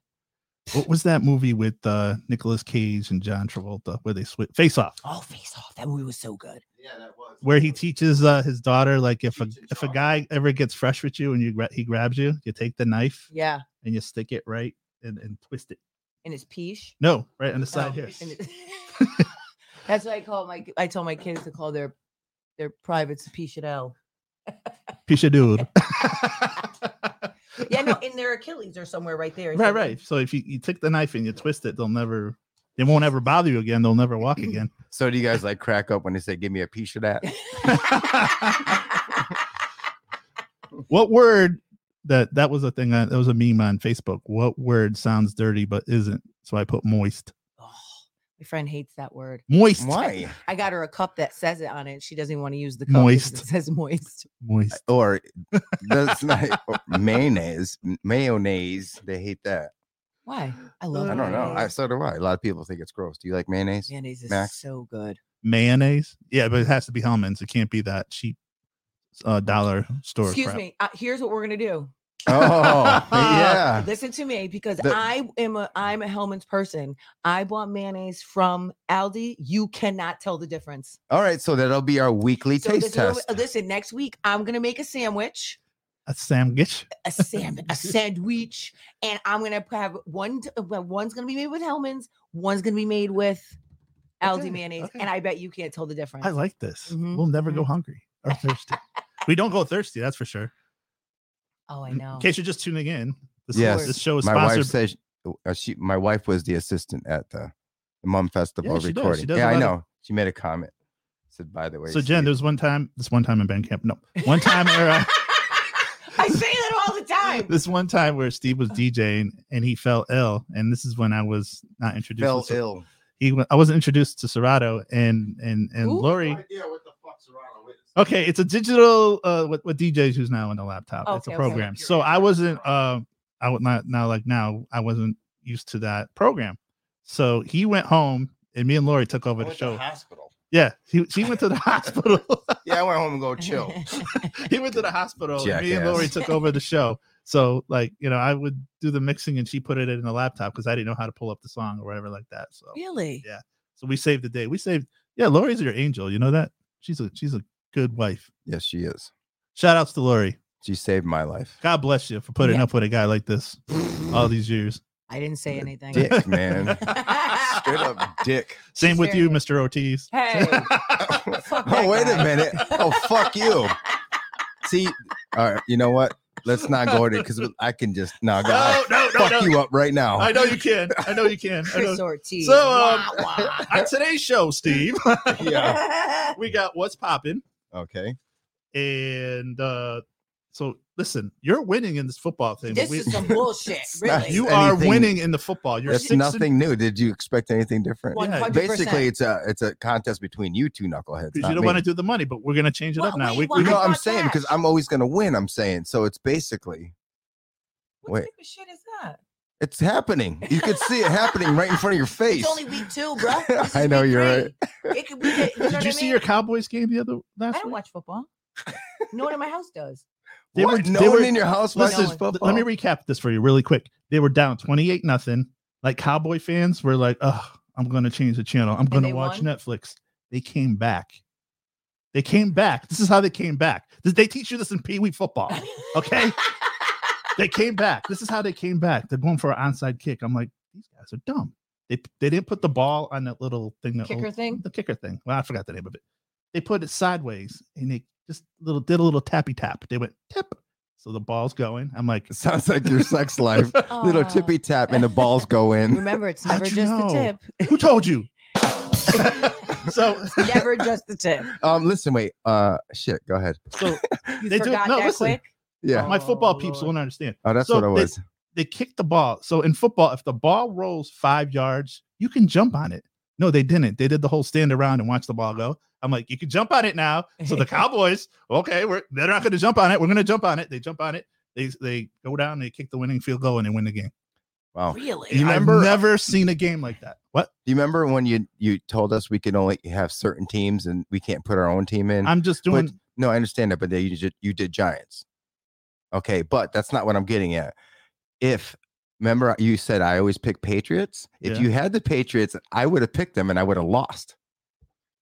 Speaker 2: What was that movie with uh Nicolas Cage and John Travolta where they switch face off?
Speaker 3: Oh, face off! That movie was so good.
Speaker 1: Yeah, that was.
Speaker 2: Where he teaches uh, his daughter, like if a
Speaker 1: Teach and
Speaker 2: if a
Speaker 1: talk.
Speaker 2: guy ever gets fresh with you and you gra- he grabs you, you take the knife
Speaker 3: Yeah,
Speaker 2: and you stick it right and, and twist it.
Speaker 3: and his peach.
Speaker 2: No, right on the side
Speaker 3: Oh,
Speaker 2: here.
Speaker 3: and it- That's why I call my. I told my kids to call their their privates Pichadel.
Speaker 2: Piece of dude.
Speaker 3: Yeah, no, in their Achilles or somewhere right there.
Speaker 2: Right, right. So if you, you take the knife and you twist it, they'll never, they won't ever bother you again. They'll never walk again.
Speaker 1: So do you guys like crack up when they say, "Give me a piece of that"?
Speaker 3: right.
Speaker 2: What word that that was a thing on, that was a meme on Facebook. What word sounds dirty but isn't? So I put moist.
Speaker 3: My friend hates that word.
Speaker 2: Moist.
Speaker 1: Why?
Speaker 3: I got her a cup that says it on it. She doesn't want to use the cup because
Speaker 2: Moist.
Speaker 3: It says moist.
Speaker 2: Moist.
Speaker 1: Or that's not or mayonnaise. m- Mayonnaise. They hate that.
Speaker 3: Why? I love.
Speaker 1: I don't know. I, so do I. A lot of people think it's gross. Do you like mayonnaise?
Speaker 3: mayonnaise is
Speaker 1: Max.
Speaker 3: so good.
Speaker 2: Mayonnaise. Yeah, but it has to be Hellman's. It can't be that cheap uh, dollar store.
Speaker 3: Excuse
Speaker 2: crap.
Speaker 3: me. Uh, here's what we're gonna do.
Speaker 1: Oh, yeah.
Speaker 3: Listen to me because
Speaker 1: The-
Speaker 3: I am a I'm a Hellman's person. I bought mayonnaise from Aldi. You cannot tell the difference.
Speaker 1: All right. So that'll be our weekly
Speaker 3: So
Speaker 1: taste
Speaker 3: this is what we-
Speaker 1: test.
Speaker 3: listen, next week I'm gonna make a sandwich,
Speaker 2: That's Sam Gitch.
Speaker 3: a salmon, a sandwich, and I'm gonna have one. d- uh, well, One's gonna be made with Hellman's. One's gonna be made with Aldi
Speaker 2: Okay,
Speaker 3: mayonnaise,
Speaker 2: okay.
Speaker 3: and I bet you can't tell the difference.
Speaker 2: I like this.
Speaker 3: Mhm,
Speaker 2: We'll never go
Speaker 3: mhm.
Speaker 2: hungry or thirsty. we don't go thirsty, that's for sure.
Speaker 3: oh, I
Speaker 2: In-
Speaker 3: know.
Speaker 2: In case you're just tuning in, this,
Speaker 1: Yes.
Speaker 2: this show is
Speaker 1: my
Speaker 2: sponsored.
Speaker 1: wife says uh, she. My wife was the assistant at the, the Mum Festival
Speaker 2: she does. She
Speaker 1: recording.
Speaker 2: does a
Speaker 1: yeah, I
Speaker 2: lot
Speaker 1: know.
Speaker 2: of-
Speaker 1: She made a comment. Said, by the way.
Speaker 2: so Jen,
Speaker 1: Steve-
Speaker 2: there was one time, this one time in band camp. No, one time where uh,
Speaker 3: I say that all the time.
Speaker 2: this one time where Steve was DJing and he fell ill, and this is when I was not introduced.
Speaker 1: fell
Speaker 2: to, Ser-
Speaker 1: ill.
Speaker 2: He wa- I wasn't introduced to Serato and and and
Speaker 3: Ooh.
Speaker 2: Lori. Okay, it's a digital uh with, with DJs who's now on the laptop. it's a
Speaker 3: Okay, okay.
Speaker 2: program. So I wasn't um I would not now like now I wasn't used to that program. So he went home and me and Lori took over the show.
Speaker 1: hospital.
Speaker 2: yeah, he she went to the hospital.
Speaker 1: Yeah, I went home and go chill.
Speaker 2: he went to the hospital. and me and
Speaker 1: Jackass.
Speaker 2: Lori took over the show. So like, you know, I would do the mixing and she put it in the laptop because I didn't know how to pull up the song or whatever like that. So
Speaker 3: really?
Speaker 2: Yeah. so we saved the day. We saved yeah, Lori's your angel. You know that? She's a she's a good wife.
Speaker 1: yes, she is.
Speaker 2: Shout outs to Lori.
Speaker 1: She saved my life.
Speaker 2: God bless you for putting
Speaker 3: Yeah.
Speaker 2: up with a guy like this all these years.
Speaker 3: I didn't say anything.
Speaker 1: Dick, man. Straight up dick.
Speaker 2: Same with
Speaker 3: Sure.
Speaker 2: you, Mr. Ortiz.
Speaker 3: Hey. Fuck that
Speaker 1: oh, wait a
Speaker 3: guy.
Speaker 1: minute. Oh, fuck you. See, all right, you know what? Let's not go there because I can just no, go
Speaker 2: no, no, no,
Speaker 1: fuck
Speaker 2: no.
Speaker 1: you up right now.
Speaker 2: I know you can. I know you can. I know.
Speaker 3: Chris Ortiz.
Speaker 2: So, um,
Speaker 3: Wah, wah.
Speaker 2: On today's show, Steve,
Speaker 1: yeah.
Speaker 2: we got what's popping,
Speaker 1: Okay.
Speaker 2: and uh so listen, you're winning in this football thing.
Speaker 3: this
Speaker 2: We-
Speaker 3: is some bullshit.
Speaker 1: not-
Speaker 3: Really.
Speaker 2: you are
Speaker 1: Anything-
Speaker 2: winning in the football. You're
Speaker 1: That's
Speaker 2: six
Speaker 1: nothing new. Did you expect anything different?
Speaker 2: Well,
Speaker 3: 100%.
Speaker 1: Basically, it's a it's a contest between you two knuckleheads.
Speaker 2: And, you
Speaker 1: not
Speaker 2: don't
Speaker 1: me.
Speaker 2: want to do the money, but we're gonna change it up
Speaker 3: Well,
Speaker 2: now. we,
Speaker 3: wait, well,
Speaker 2: we-
Speaker 1: No,
Speaker 3: I
Speaker 1: I'm
Speaker 3: thought
Speaker 1: saying
Speaker 3: that.
Speaker 1: because I'm always going to win. I'm saying so. It's basically
Speaker 3: what
Speaker 1: wait.
Speaker 3: type of shit is that?
Speaker 1: it's happening. You could see it happening right in front of your face.
Speaker 3: It's only week two, bro. This
Speaker 1: I
Speaker 3: is
Speaker 1: know
Speaker 3: week
Speaker 1: you're
Speaker 3: three. It could be. You know what I
Speaker 2: did you see
Speaker 3: mean?
Speaker 2: your Cowboys game the other
Speaker 3: I
Speaker 2: last
Speaker 3: don't
Speaker 2: week?
Speaker 3: watch football. no one in my house does.
Speaker 2: They
Speaker 1: What?
Speaker 2: were-
Speaker 1: no
Speaker 2: they
Speaker 1: one
Speaker 2: were-
Speaker 1: in your house
Speaker 2: Listen,
Speaker 1: watches
Speaker 3: th-
Speaker 2: th-
Speaker 1: football.
Speaker 2: let me recap this for you really quick. They were down 28 nothing. Like Cowboy fans were like, "Oh, I'm going to change the channel. I'm going to
Speaker 3: they
Speaker 2: watch
Speaker 3: won?
Speaker 2: Netflix." They came back. They came back. This is how they came back. Th- They teach you this in Pee Wee football. Okay. they came back. This is how they came back. They're going for an onside kick. I'm like, these guys are dumb. They they didn't put the ball on that little thing. That
Speaker 3: Kicker thing.
Speaker 2: The kicker thing. Well, I forgot the name of it. They put it sideways and they just little did a little tappy tap. They went tip. So the ball's going. I'm like,
Speaker 1: It sounds like your sex life. Little
Speaker 3: Aw.
Speaker 1: tippy tap and the balls go in.
Speaker 3: Remember, it's
Speaker 2: How'd
Speaker 3: never
Speaker 2: you
Speaker 3: just
Speaker 2: know?
Speaker 3: the
Speaker 2: Who told you?
Speaker 3: tip.
Speaker 2: So
Speaker 3: never just the tip.
Speaker 1: Um, listen, wait. Uh, shit. Go ahead.
Speaker 2: so
Speaker 3: You
Speaker 2: They do-
Speaker 3: forgot
Speaker 2: no,
Speaker 3: that
Speaker 2: listen.
Speaker 3: quick.
Speaker 1: Yeah.
Speaker 2: my
Speaker 3: Oh,
Speaker 2: football peeps
Speaker 3: Lord.
Speaker 2: won't understand.
Speaker 1: Oh, that's
Speaker 2: so
Speaker 1: what I
Speaker 2: they-
Speaker 1: was.
Speaker 2: They kick the ball. So in football, if the ball rolls five yards, you can jump on it. No, they didn't. They did the whole stand around and watch the ball go. I'm like, you can jump on it now. So the Cowboys, okay, we're they're not going to jump on it. We're going to jump on it. They jump on it. They they go down. They kick the winning field goal and they win the game.
Speaker 1: Wow. Do
Speaker 3: Really?
Speaker 1: You
Speaker 2: Oh, You
Speaker 1: remember- uh,
Speaker 2: I've never seen a game like that. What?
Speaker 1: you remember when you you told us we could only have certain teams and we can't put our own team in?
Speaker 2: I'm just doing.
Speaker 1: No, I understand that, but they, you did, you did Giants. Okay, but that's not what I'm getting at. If remember you said I always pick Patriots. If
Speaker 2: Yeah.
Speaker 1: you had the Patriots, I would have picked them and I would have lost.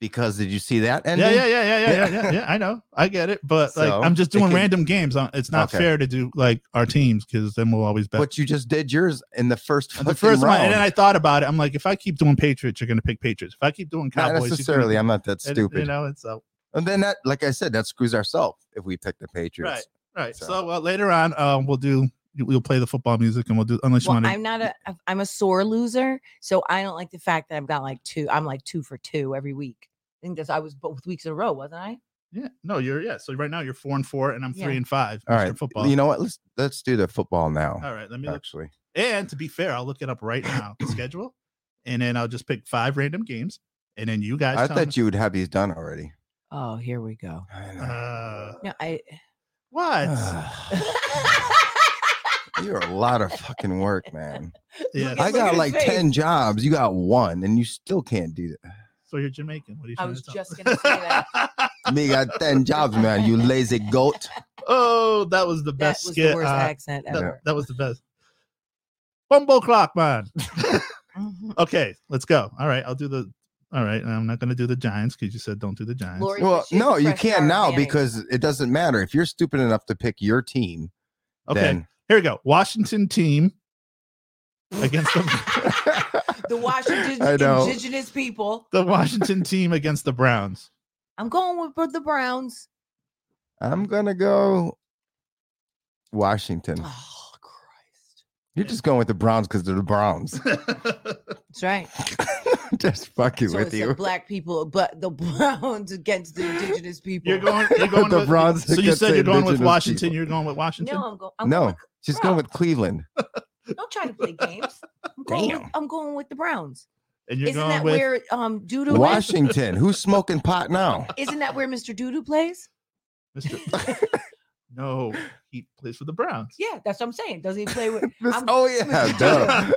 Speaker 1: Because did you see that ending?
Speaker 2: Yeah, yeah, yeah, yeah, yeah,
Speaker 1: Yeah.
Speaker 2: yeah, yeah, yeah. I know, I get it, but like,
Speaker 1: So,
Speaker 2: I'm just
Speaker 1: it
Speaker 2: doing
Speaker 1: can-
Speaker 2: random games. Uh, It's not
Speaker 1: Okay.
Speaker 2: fair to do like our teams because then we'll always bet.
Speaker 1: But you just did yours in the first
Speaker 2: But the
Speaker 1: fucking
Speaker 2: first one,
Speaker 1: round.
Speaker 2: and then I thought about it. I'm like, if I keep doing Patriots, you're going to pick Patriots. If I keep doing Cowboys,
Speaker 1: not
Speaker 2: you're gonna
Speaker 1: necessarily.
Speaker 2: pick-
Speaker 1: I'm not that
Speaker 2: and,
Speaker 1: stupid.
Speaker 2: You know, it's so
Speaker 1: And then that, like I said, that screws ourselves if we pick the Patriots.
Speaker 2: right. So,
Speaker 1: So-
Speaker 2: uh, later on, um, we'll do you- we'll play the football music, and we'll do unless
Speaker 3: Well,
Speaker 2: you want to.
Speaker 3: I'm not a I'm a sore loser, so I don't like the fact that I've got like two. I'm like two for two every week. I think that's I was both weeks in a row, wasn't I?
Speaker 2: Yeah, no, you're yeah. So right now you're four and four, and I'm
Speaker 3: Yeah.
Speaker 2: three and five.
Speaker 1: All
Speaker 2: Mr.
Speaker 1: right,
Speaker 2: football.
Speaker 1: You know what? Let's let's do the football now.
Speaker 2: All right, let me look.
Speaker 1: Actually,
Speaker 2: And to be fair, I'll look it up right now. the schedule, and then I'll just pick five random games, and then you guys.
Speaker 1: I
Speaker 2: tell
Speaker 1: thought
Speaker 2: me-
Speaker 1: you would have these done already.
Speaker 3: Oh, here we go.
Speaker 1: I know.
Speaker 2: Uh,
Speaker 3: No, I.
Speaker 1: Ah.
Speaker 2: what?
Speaker 1: You're a lot of fucking work, man.
Speaker 2: yeah.
Speaker 3: Look
Speaker 1: I
Speaker 3: at- look at
Speaker 1: got
Speaker 3: his
Speaker 1: like
Speaker 3: face.
Speaker 1: 10 jobs. You got one, and you still can't do that.
Speaker 2: So you're Jamaican. What are you
Speaker 3: I
Speaker 2: trying
Speaker 3: was
Speaker 2: to tell
Speaker 3: just
Speaker 2: me?
Speaker 3: gonna say that.
Speaker 1: Me got 10 jobs, man. You lazy goat.
Speaker 2: oh, that was the
Speaker 3: that
Speaker 2: best
Speaker 3: was
Speaker 2: skit.
Speaker 3: the worst
Speaker 2: uh,
Speaker 3: accent
Speaker 2: that,
Speaker 3: ever.
Speaker 2: that was the best. Bumble clock, man.
Speaker 3: Mhm.
Speaker 2: Okay, let's go. All right, I'll do the. All right, I'm not gonna do the Giants because you said don't do the Giants.
Speaker 3: Lori-
Speaker 1: Well,
Speaker 3: she's a
Speaker 1: no, you
Speaker 3: fresh
Speaker 1: can't
Speaker 3: Peyton
Speaker 1: now
Speaker 3: Manning.
Speaker 1: because it doesn't matter. If you're stupid enough to pick your team,
Speaker 2: okay,
Speaker 1: then
Speaker 2: here we go. Washington team against the,
Speaker 3: The Washington
Speaker 1: I know.
Speaker 3: indigenous people.
Speaker 2: the Washington team against the Browns.
Speaker 3: I'm going with the Browns.
Speaker 1: I'm gonna go Washington.
Speaker 3: Oh Christ!
Speaker 1: You're just going with the Browns because they're the Browns.
Speaker 3: That's right.
Speaker 1: just fucking
Speaker 3: So
Speaker 1: with
Speaker 3: it said
Speaker 1: you.
Speaker 3: black people, but the Browns against the indigenous people.
Speaker 2: You're going. You're going
Speaker 1: The
Speaker 2: with,
Speaker 1: Browns
Speaker 2: So you
Speaker 1: against
Speaker 2: said
Speaker 1: the
Speaker 2: you're going with
Speaker 1: indigenous
Speaker 2: Washington.
Speaker 1: people.
Speaker 2: You're going with Washington.
Speaker 3: No, I'm going. I'm
Speaker 1: No,
Speaker 3: going,
Speaker 1: she's going with Cleveland.
Speaker 3: with- don't try to play games. I'm going, with,
Speaker 1: Damn.
Speaker 3: I'm going with the Browns.
Speaker 2: and you're
Speaker 3: isn't
Speaker 2: going
Speaker 3: that
Speaker 2: with.
Speaker 3: where um Doodoo? is?
Speaker 1: Washington. Who's smoking pot now?
Speaker 3: Isn't that where Mr. Doodoo plays?
Speaker 2: Mr. no, he plays for the Browns.
Speaker 3: Yeah, that's what I'm saying. Doesn't he play with?
Speaker 1: This-
Speaker 3: I'm-
Speaker 1: oh yeah, duh.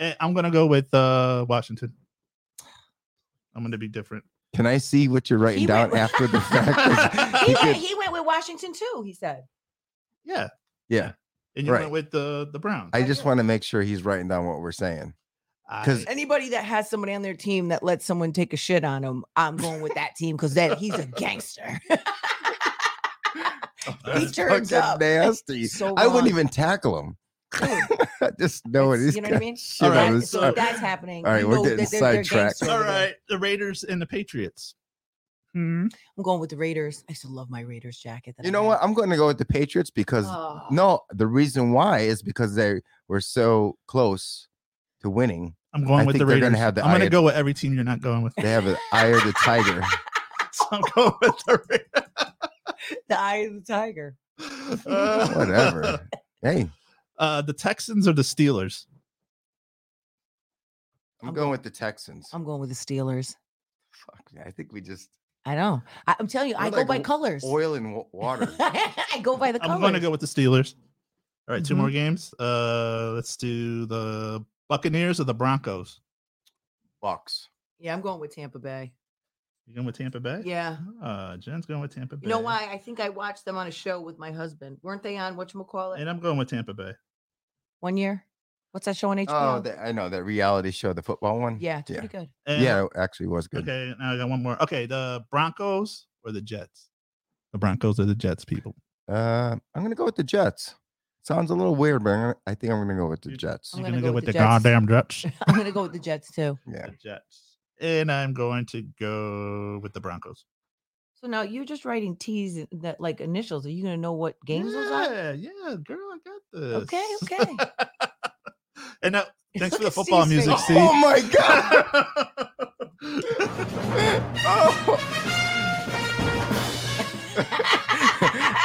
Speaker 2: Eh, I'm gonna go with uh, Washington. I'm gonna be different.
Speaker 1: Can I see what you're writing
Speaker 3: He
Speaker 1: down
Speaker 3: went with-
Speaker 1: after the fact? 'Cause you
Speaker 3: He went,
Speaker 1: could-
Speaker 3: he went with Washington too. He said.
Speaker 2: Yeah,
Speaker 1: yeah,
Speaker 2: and you
Speaker 1: Right.
Speaker 2: went with the the Browns.
Speaker 1: I just want to make sure he's writing down what we're saying. 'cause-
Speaker 3: Anybody that has somebody on their team that lets someone take a shit on him, I'm going with that team because that he's a gangster. he
Speaker 1: That's
Speaker 3: turns
Speaker 1: fucking
Speaker 3: up.
Speaker 1: nasty.
Speaker 3: so
Speaker 1: I wouldn't
Speaker 3: wrong.
Speaker 1: even tackle him. I just know it
Speaker 3: It's-
Speaker 1: is.
Speaker 3: you know what I mean?
Speaker 1: Shit
Speaker 2: All right,
Speaker 1: on
Speaker 3: That-
Speaker 1: his-
Speaker 3: so
Speaker 1: all
Speaker 3: if that's happening.
Speaker 1: all right,
Speaker 3: you
Speaker 1: we're
Speaker 3: know
Speaker 1: getting
Speaker 3: that they're- they're
Speaker 1: sidetracked.
Speaker 3: gangster
Speaker 2: all
Speaker 3: over there.
Speaker 2: right, the Raiders and the Patriots. Hmm,
Speaker 3: I'm going with the Raiders. I still love my Raiders jacket. that
Speaker 1: You
Speaker 3: I
Speaker 1: know
Speaker 3: have.
Speaker 1: what? I'm going to go with the Patriots because
Speaker 3: Oh,
Speaker 1: no, the reason why is because they were so close to winning.
Speaker 2: I'm going
Speaker 1: I
Speaker 2: with
Speaker 1: think
Speaker 2: the
Speaker 1: they're
Speaker 2: Raiders.
Speaker 1: gonna have the
Speaker 2: I'm gonna
Speaker 1: eye-
Speaker 2: go with every team you're not going with.
Speaker 1: They have an eye of the tiger.
Speaker 2: So I'm going with the Raiders.
Speaker 3: the eye of the tiger.
Speaker 2: Uh,
Speaker 1: Whatever. Hey,
Speaker 2: Uh, the Texans or the Steelers.
Speaker 1: I'm,
Speaker 3: I'm
Speaker 1: going
Speaker 3: go-
Speaker 1: with the Texans.
Speaker 3: I'm going with the Steelers.
Speaker 1: Fuck, yeah, I think we just
Speaker 3: I know. I, am telling you,
Speaker 1: We're
Speaker 3: I go
Speaker 1: like
Speaker 3: by
Speaker 1: w-
Speaker 3: colors.
Speaker 1: oil and wa- water.
Speaker 3: I go by the colors.
Speaker 2: I'm going to go with the Steelers. All right, two
Speaker 3: Mhm.
Speaker 2: more games. Uh, let's do the Buccaneers or the Broncos.
Speaker 1: Bucks.
Speaker 3: yeah, I'm going with Tampa Bay.
Speaker 2: You going with Tampa Bay?
Speaker 3: Yeah.
Speaker 2: Uh, Jen's going with Tampa Bay.
Speaker 3: You know why? I think I watched them on a show with my husband. Weren't they on whatchamacallit?
Speaker 2: And I'm going with Tampa Bay.
Speaker 3: One year? What's that show on HBO?
Speaker 1: Oh, that I know that reality show, the football one.
Speaker 3: yeah, it's
Speaker 1: yeah.
Speaker 3: pretty good.
Speaker 2: And-
Speaker 1: yeah, it actually was good.
Speaker 2: Okay, now I got one more. Okay, the Broncos or the Jets. The Broncos or the Jets, people.
Speaker 1: Uh, I'm gonna go with the Jets. Sounds a little weird, but I'm gonna, I think I'm gonna go with the
Speaker 2: You-
Speaker 1: Jets.
Speaker 3: I'm
Speaker 2: You're
Speaker 3: gonna
Speaker 2: gonna
Speaker 3: go
Speaker 2: go
Speaker 3: with
Speaker 2: with the
Speaker 3: the Jets.
Speaker 2: goddamn Jets.
Speaker 3: I'm gonna go with the Jets too.
Speaker 1: Yeah.
Speaker 2: The Jets. And I'm going to go with the Broncos.
Speaker 3: So now you're just writing T's and that like initials. Are you gonna know what games those are?
Speaker 2: yeah, yeah, girl, I got this.
Speaker 3: Okay, okay.
Speaker 2: and now, thanks for the
Speaker 3: Look at
Speaker 2: football
Speaker 3: Steve's
Speaker 2: music,
Speaker 3: face.
Speaker 2: Steve.
Speaker 1: Oh my god! Oh,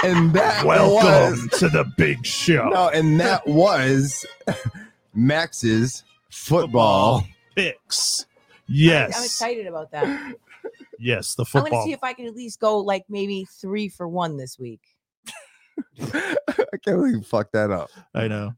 Speaker 1: and that was
Speaker 2: to the big show.
Speaker 1: no, and that was Max's football.
Speaker 2: Picks.
Speaker 3: I'm
Speaker 2: Yes.
Speaker 3: excited about that.
Speaker 2: Yes, the
Speaker 3: I'm gonna
Speaker 2: football.
Speaker 3: see if I can at least go like maybe three for one this week.
Speaker 1: I can't believe you fucked that up.
Speaker 2: I know.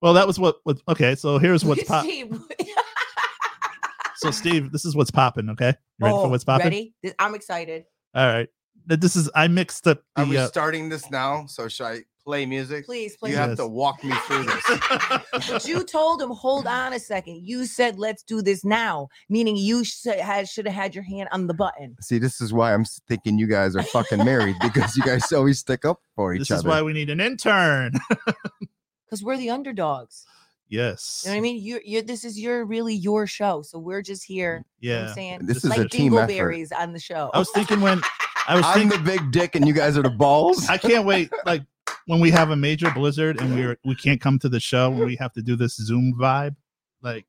Speaker 2: well, that was what, what okay, so here's what's pop.
Speaker 3: Steve,
Speaker 2: So Steve, this is what's popping, okay? You ready
Speaker 3: oh,
Speaker 2: for what's popping?
Speaker 3: Ready? Th- I'm excited.
Speaker 2: All right. Th- This is I mixed up
Speaker 1: Are we
Speaker 2: the uh,
Speaker 1: starting this now? So should I play music?
Speaker 3: Please, please.
Speaker 1: You have to
Speaker 2: Yes.
Speaker 1: walk me through this.
Speaker 3: But you told him, hold on a second. You said, let's do this now, meaning you should have should have had your hand on the button.
Speaker 1: See, this is why I'm s- thinking you guys are fucking married because you guys always stick up for each
Speaker 2: This
Speaker 1: other.
Speaker 2: is why we need an intern.
Speaker 3: Because we're the underdogs.
Speaker 2: yes.
Speaker 3: You know what I mean? You, you. This is your really your show, so we're just here. You know
Speaker 2: Mm,
Speaker 3: what
Speaker 2: Yeah.
Speaker 3: I'm saying
Speaker 1: This is
Speaker 3: like
Speaker 1: a team effort.
Speaker 3: dingleberries on the show.
Speaker 2: I was thinking when I was
Speaker 1: I'm the
Speaker 2: thinking
Speaker 1: big dick and you guys are the balls.
Speaker 2: I can't wait like when we have a major blizzard and we're we can't come to the show and we have to do this Zoom vibe. Like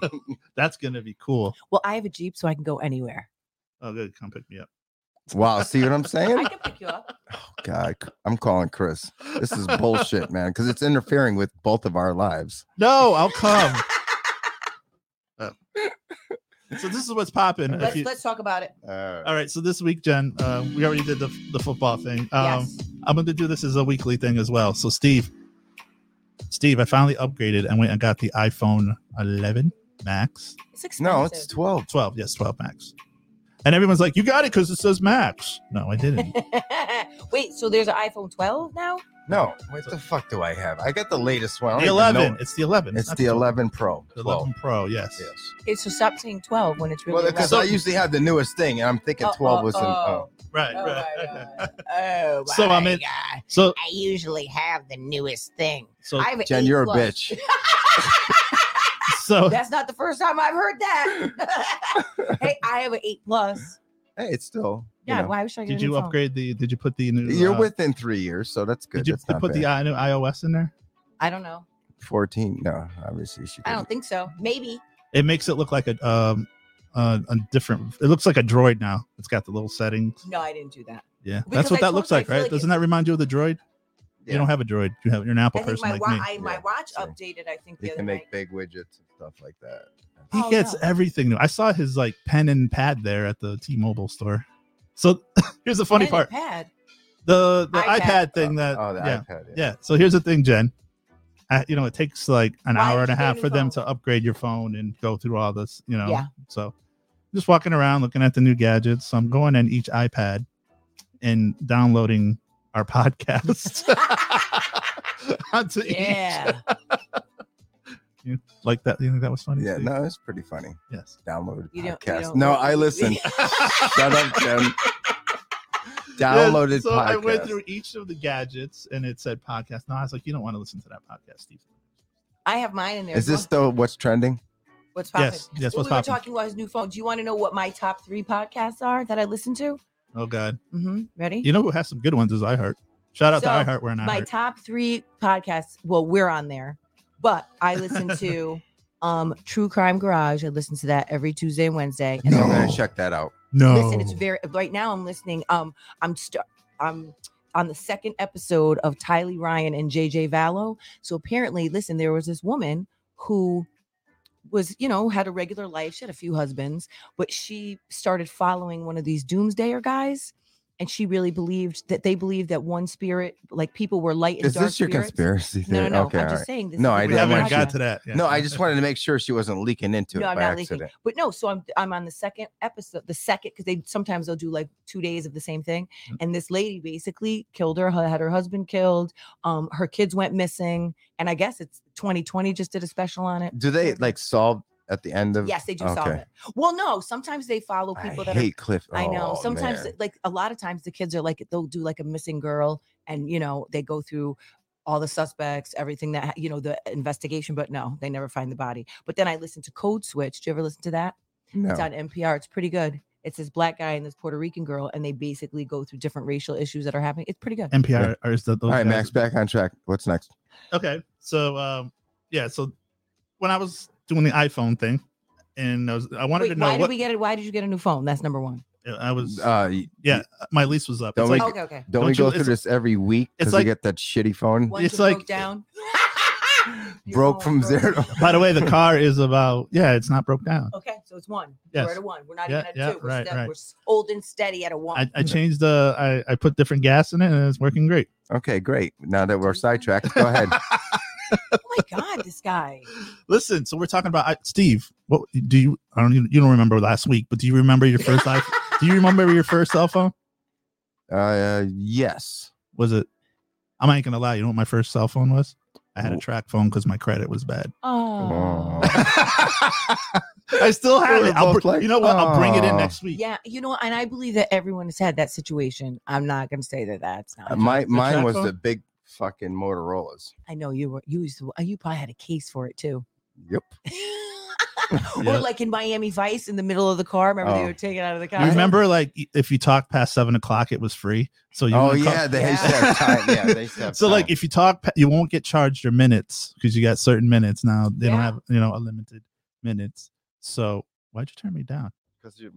Speaker 2: that's gonna be cool.
Speaker 3: well, I have a jeep, so I can go anywhere.
Speaker 2: Oh good, come pick me up.
Speaker 1: Wow, see what I'm
Speaker 3: I
Speaker 1: saying?
Speaker 3: can pick you up.
Speaker 1: God, c- I'm calling Chris. This is bullshit, man, because it's interfering with both of our lives.
Speaker 2: No, I'll come. Oh. So this is what's popping. if
Speaker 3: Let's
Speaker 2: you-
Speaker 3: let's talk about it.
Speaker 1: Uh,
Speaker 2: all right. So this week, Jen, uh, we already did the, the football thing. Um,
Speaker 3: Yes.
Speaker 2: I'm going to do this as a weekly thing as well. So Steve, Steve, I finally upgraded and went and got the iPhone 11 Max,
Speaker 3: It's expensive.
Speaker 1: no, it's 12.
Speaker 2: 12. Yes, 12 Max. And everyone's like, "You got it because it says Max." No, I didn't.
Speaker 3: Wait, so there's an iPhone 12 now?
Speaker 1: No, what the fuck do I have? I got the latest one. I
Speaker 2: the
Speaker 1: don't even know-
Speaker 2: 11. It's the 11.
Speaker 1: It's
Speaker 2: not
Speaker 1: the
Speaker 2: 12.
Speaker 1: 11 Pro.
Speaker 2: The
Speaker 1: 12.
Speaker 2: 11 Pro. Yes.
Speaker 1: Yes.
Speaker 3: Okay, so stop saying 12 when it's really
Speaker 1: Well, because
Speaker 3: 11.
Speaker 1: I usually have the newest thing, and I'm thinking
Speaker 3: Oh,
Speaker 1: 12
Speaker 3: oh,
Speaker 1: was in.
Speaker 3: oh.
Speaker 1: Oh.
Speaker 2: Right.
Speaker 3: Oh
Speaker 2: right.
Speaker 3: my God. Oh my
Speaker 2: So, I mean-
Speaker 3: God.
Speaker 2: So
Speaker 3: I usually have the newest thing.
Speaker 2: so
Speaker 3: I have an
Speaker 1: Jen,
Speaker 3: eight
Speaker 1: you're a
Speaker 3: plus.
Speaker 1: bitch.
Speaker 2: so
Speaker 3: That's not the first time I've heard that. hey, I have an eight plus.
Speaker 1: Hey, it's still. you
Speaker 3: Yeah,
Speaker 1: know.
Speaker 3: why should I get
Speaker 2: did
Speaker 3: a new
Speaker 2: you
Speaker 3: phone?
Speaker 2: upgrade the? Did you put the new?
Speaker 1: You're
Speaker 2: uh,
Speaker 1: within three years, so that's good.
Speaker 2: Did you
Speaker 1: that's not
Speaker 2: put the
Speaker 1: bad.
Speaker 2: I- new iOS in there?
Speaker 3: I don't know.
Speaker 1: 14? No, obviously she
Speaker 3: I
Speaker 1: didn't.
Speaker 3: don't think so. Maybe.
Speaker 2: It makes it look like a um uh, a different. It looks like a Droid now. It's got the little settings.
Speaker 3: No, I didn't do that.
Speaker 2: Yeah,
Speaker 3: Because
Speaker 2: that's what
Speaker 3: I
Speaker 2: that
Speaker 3: told
Speaker 2: looks
Speaker 3: you, I
Speaker 2: like,
Speaker 3: feel
Speaker 2: right?
Speaker 3: like
Speaker 2: Doesn't
Speaker 3: it-
Speaker 2: that remind you of the Droid?
Speaker 1: Yeah.
Speaker 2: You don't have a Droid. You have you're an Apple
Speaker 3: I think
Speaker 2: person
Speaker 3: my,
Speaker 2: like
Speaker 3: wa-
Speaker 2: me.
Speaker 3: I, my
Speaker 1: Yeah,
Speaker 3: watch
Speaker 1: same.
Speaker 3: updated, I think, the
Speaker 1: You
Speaker 3: other
Speaker 1: can make
Speaker 3: night.
Speaker 1: big widgets and stuff like that.
Speaker 2: He
Speaker 3: Oh,
Speaker 2: gets
Speaker 3: no.
Speaker 2: everything new. I saw his like pen and pad there at the T-Mobile store. So here's the funny
Speaker 3: Pen
Speaker 2: part:
Speaker 3: and Pad.
Speaker 2: the the iPad,
Speaker 3: iPad.
Speaker 2: thing that
Speaker 1: oh, the
Speaker 2: yeah,
Speaker 1: iPad.
Speaker 2: Yeah. So here's the thing, Jen. I, you know, it takes like an
Speaker 3: Why
Speaker 2: hour and
Speaker 3: did
Speaker 2: a
Speaker 3: you get a
Speaker 2: half
Speaker 3: new
Speaker 2: for them
Speaker 3: phone?
Speaker 2: to upgrade your phone and go through all this, you know.
Speaker 3: Yeah.
Speaker 2: So just walking around looking at the new gadgets. So I'm going in each iPad and downloading our podcast onto each.
Speaker 3: Yeah.
Speaker 2: Like that. You think that was funny?
Speaker 1: Yeah,
Speaker 2: Steve?
Speaker 1: no, it's pretty funny.
Speaker 2: Yes.
Speaker 1: Downloaded
Speaker 3: You don't- you
Speaker 1: podcast.
Speaker 3: don't
Speaker 1: No,
Speaker 3: like-
Speaker 1: I listened. Shut up, Jen. Downloaded
Speaker 2: Yeah, so I went
Speaker 1: podcast.
Speaker 2: through each of the gadgets and it said podcast. No, I was like, you don't want to listen to that podcast, Steve.
Speaker 3: I have mine in there.
Speaker 1: Is
Speaker 3: Do you
Speaker 1: this still what's trending?
Speaker 3: want- what's popping?
Speaker 2: Yes, yes,
Speaker 3: Well,
Speaker 2: what's
Speaker 3: we were
Speaker 2: poppin'?
Speaker 3: talking about his new phone. Do you want to know what my top three podcasts are that I listen to?
Speaker 2: Oh God.
Speaker 3: Mm-hmm. Ready?
Speaker 2: You know who has some good ones is iHeart. Shout out
Speaker 3: So,
Speaker 2: to iHeart. We're an
Speaker 3: my
Speaker 2: iHeart.
Speaker 3: top three podcasts. Well, we're on there, but I listen to um True Crime Garage. I listen to that every Tuesday and Wednesday. And
Speaker 1: So I'm gonna
Speaker 2: No.
Speaker 1: check that out.
Speaker 2: no.
Speaker 3: listen,
Speaker 1: Oh.
Speaker 3: it's very right now. I'm listening. Um, I'm st- I'm on the second episode of Tylee Ryan and JJ Vallow. So apparently, listen, there was this woman who was, you know, had a regular life. She had a few husbands, but she started following one of these doomsdayer guys. And she really believed that they believed that one spirit, like people were light and
Speaker 1: Is
Speaker 3: dark
Speaker 1: this your
Speaker 3: spirits.
Speaker 1: conspiracy
Speaker 3: No,
Speaker 1: theory?
Speaker 3: no, no.
Speaker 1: okay,
Speaker 3: I'm
Speaker 1: all
Speaker 3: just
Speaker 1: right.
Speaker 3: saying this.
Speaker 1: No,
Speaker 3: is
Speaker 1: I
Speaker 2: we
Speaker 3: the
Speaker 1: didn't
Speaker 3: real
Speaker 1: want
Speaker 2: haven't
Speaker 1: you-
Speaker 2: got
Speaker 3: project.
Speaker 2: to that. yet.
Speaker 1: No, I just wanted to make sure she wasn't leaking into
Speaker 3: No,
Speaker 1: it
Speaker 3: I'm
Speaker 1: by
Speaker 3: not leaking.
Speaker 1: accident.
Speaker 3: But no, so I'm I'm on the second episode, the second because they sometimes they'll do like two days of the same thing.
Speaker 2: Mm.
Speaker 3: And this lady basically killed her, had her husband killed, um, her kids went missing, and I guess it's 2020 just did a special on it.
Speaker 1: Do they like solve at the end of?
Speaker 3: Yes, they do solve
Speaker 1: okay.
Speaker 3: it. Well, no, sometimes they follow
Speaker 1: I
Speaker 3: people that are.
Speaker 1: hate Cliff.
Speaker 3: I know.
Speaker 1: oh,
Speaker 3: Sometimes,
Speaker 1: man.
Speaker 3: like a lot of times, the kids are like they'll do like a missing girl, and you know they go through all the suspects, everything that ha- you know the investigation. But no, they never find the body. But then I listen to Code Switch. Do you ever listen to that? It's
Speaker 1: no.
Speaker 3: on NPR. It's pretty good. It's this black guy and this Puerto Rican girl, and they basically go through different racial issues that are happening. It's pretty good.
Speaker 2: NPR or is that those
Speaker 1: All right,
Speaker 2: guys-
Speaker 1: Max, back on track. What's next?
Speaker 2: Okay. So um yeah, so when I was doing the iPhone thing and I was I wanted
Speaker 3: Wait,
Speaker 2: to
Speaker 3: why
Speaker 2: know
Speaker 3: did
Speaker 2: what
Speaker 3: we get it? Why did you get a new phone? That's number one.
Speaker 2: I was
Speaker 1: Uh, y-
Speaker 2: yeah, my lease was up.
Speaker 1: Don't
Speaker 2: It's like,
Speaker 1: make-
Speaker 3: okay, okay.
Speaker 1: don't
Speaker 2: Don't
Speaker 1: we
Speaker 2: you-
Speaker 1: go through
Speaker 2: it's-
Speaker 1: this every week?
Speaker 2: it's
Speaker 1: Because
Speaker 2: like-
Speaker 1: we get that shitty phone.
Speaker 3: Once
Speaker 2: It's
Speaker 3: it broke
Speaker 2: like-
Speaker 3: down. Your
Speaker 1: broke
Speaker 3: phone
Speaker 1: from
Speaker 3: broke.
Speaker 1: zero.
Speaker 2: by the way, the car is about yeah, it's not broke down.
Speaker 3: Okay, so it's one.
Speaker 2: Yes.
Speaker 3: We're at a one. We're not
Speaker 2: Yeah,
Speaker 3: even at a
Speaker 2: yeah,
Speaker 3: two. We're,
Speaker 2: right,
Speaker 3: step-
Speaker 2: right.
Speaker 3: we're s- old and steady at a one.
Speaker 2: I, I changed the I, I put different gas in it and it's working great.
Speaker 1: Okay, great. Now that we're sidetracked, go ahead.
Speaker 3: oh my god, this guy.
Speaker 2: Listen, so we're talking about I, Steve. What do you I don't even you don't remember last week, but do you remember your first iPhone? Do you remember your first cell phone?
Speaker 1: Uh, yes.
Speaker 2: Was it I'm not gonna lie, you know what my first cell phone was? I had a
Speaker 1: Wh-
Speaker 2: track phone because my credit was bad.
Speaker 3: Oh.
Speaker 1: Oh.
Speaker 2: I still have
Speaker 1: We're
Speaker 2: it. I'll
Speaker 1: both
Speaker 2: br-
Speaker 1: like, oh.
Speaker 2: you know what? I'll bring it in
Speaker 1: "Aw."
Speaker 2: next week.
Speaker 3: Yeah, you know, and I believe that everyone has had that situation. I'm not going to say that that's not.
Speaker 1: My
Speaker 2: The
Speaker 1: mine was
Speaker 2: trackball?
Speaker 1: the big fucking Motorola's.
Speaker 3: I know you were you used to, uh, you probably had a case for it too.
Speaker 1: Yep.
Speaker 2: Yeah.
Speaker 3: Or like in Miami Vice in the middle of the car. Remember they
Speaker 1: Oh.
Speaker 3: were taken out of the car.
Speaker 2: You remember, like, y- if you talk past seven o'clock, it was free. So you
Speaker 1: Oh
Speaker 2: wouldn't call-
Speaker 1: yeah, they used to
Speaker 3: Yeah.
Speaker 1: have time. Yeah, they used to have
Speaker 2: So like,
Speaker 1: time.
Speaker 2: if you talk, pa- you won't get charged your minutes because you got certain minutes now. They don't
Speaker 3: Yeah.
Speaker 2: have you know unlimited minutes. So why'd you turn me down?
Speaker 1: because you're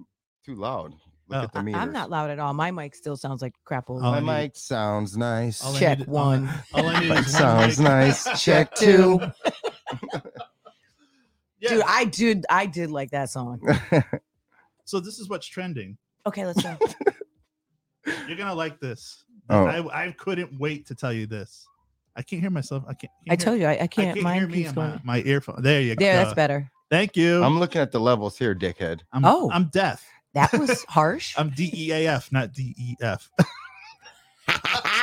Speaker 1: too loud. Look
Speaker 2: Oh.
Speaker 1: at
Speaker 3: I,
Speaker 1: the meters.
Speaker 3: am not loud at all. My mic still sounds like crap. Old.
Speaker 2: Oh,
Speaker 1: My
Speaker 2: I need-
Speaker 1: mic sounds nice.
Speaker 2: All I
Speaker 3: Check
Speaker 2: need- all I-
Speaker 3: one.
Speaker 2: all I need
Speaker 1: Mic
Speaker 2: is one
Speaker 1: sounds
Speaker 2: mic.
Speaker 1: nice. Check two.
Speaker 3: Dude, I did I did like that song.
Speaker 2: so this is what's trending.
Speaker 3: Okay, let's go.
Speaker 2: You're gonna like this.
Speaker 1: Oh.
Speaker 2: I, I couldn't wait to tell you this. I can't hear myself. I can't.
Speaker 3: I told you I, I
Speaker 2: can't,
Speaker 3: can't,
Speaker 2: hear- I
Speaker 3: mine
Speaker 2: can't hear me
Speaker 3: keeps
Speaker 2: in
Speaker 3: going.
Speaker 2: my, uh, my earphone. There you
Speaker 3: There,
Speaker 2: go.
Speaker 3: that's better.
Speaker 2: Thank you.
Speaker 1: I'm looking at the levels here, dickhead.
Speaker 2: I'm,
Speaker 3: Oh.
Speaker 2: I'm deaf.
Speaker 3: That was harsh.
Speaker 2: I'm D E A F, not D E F.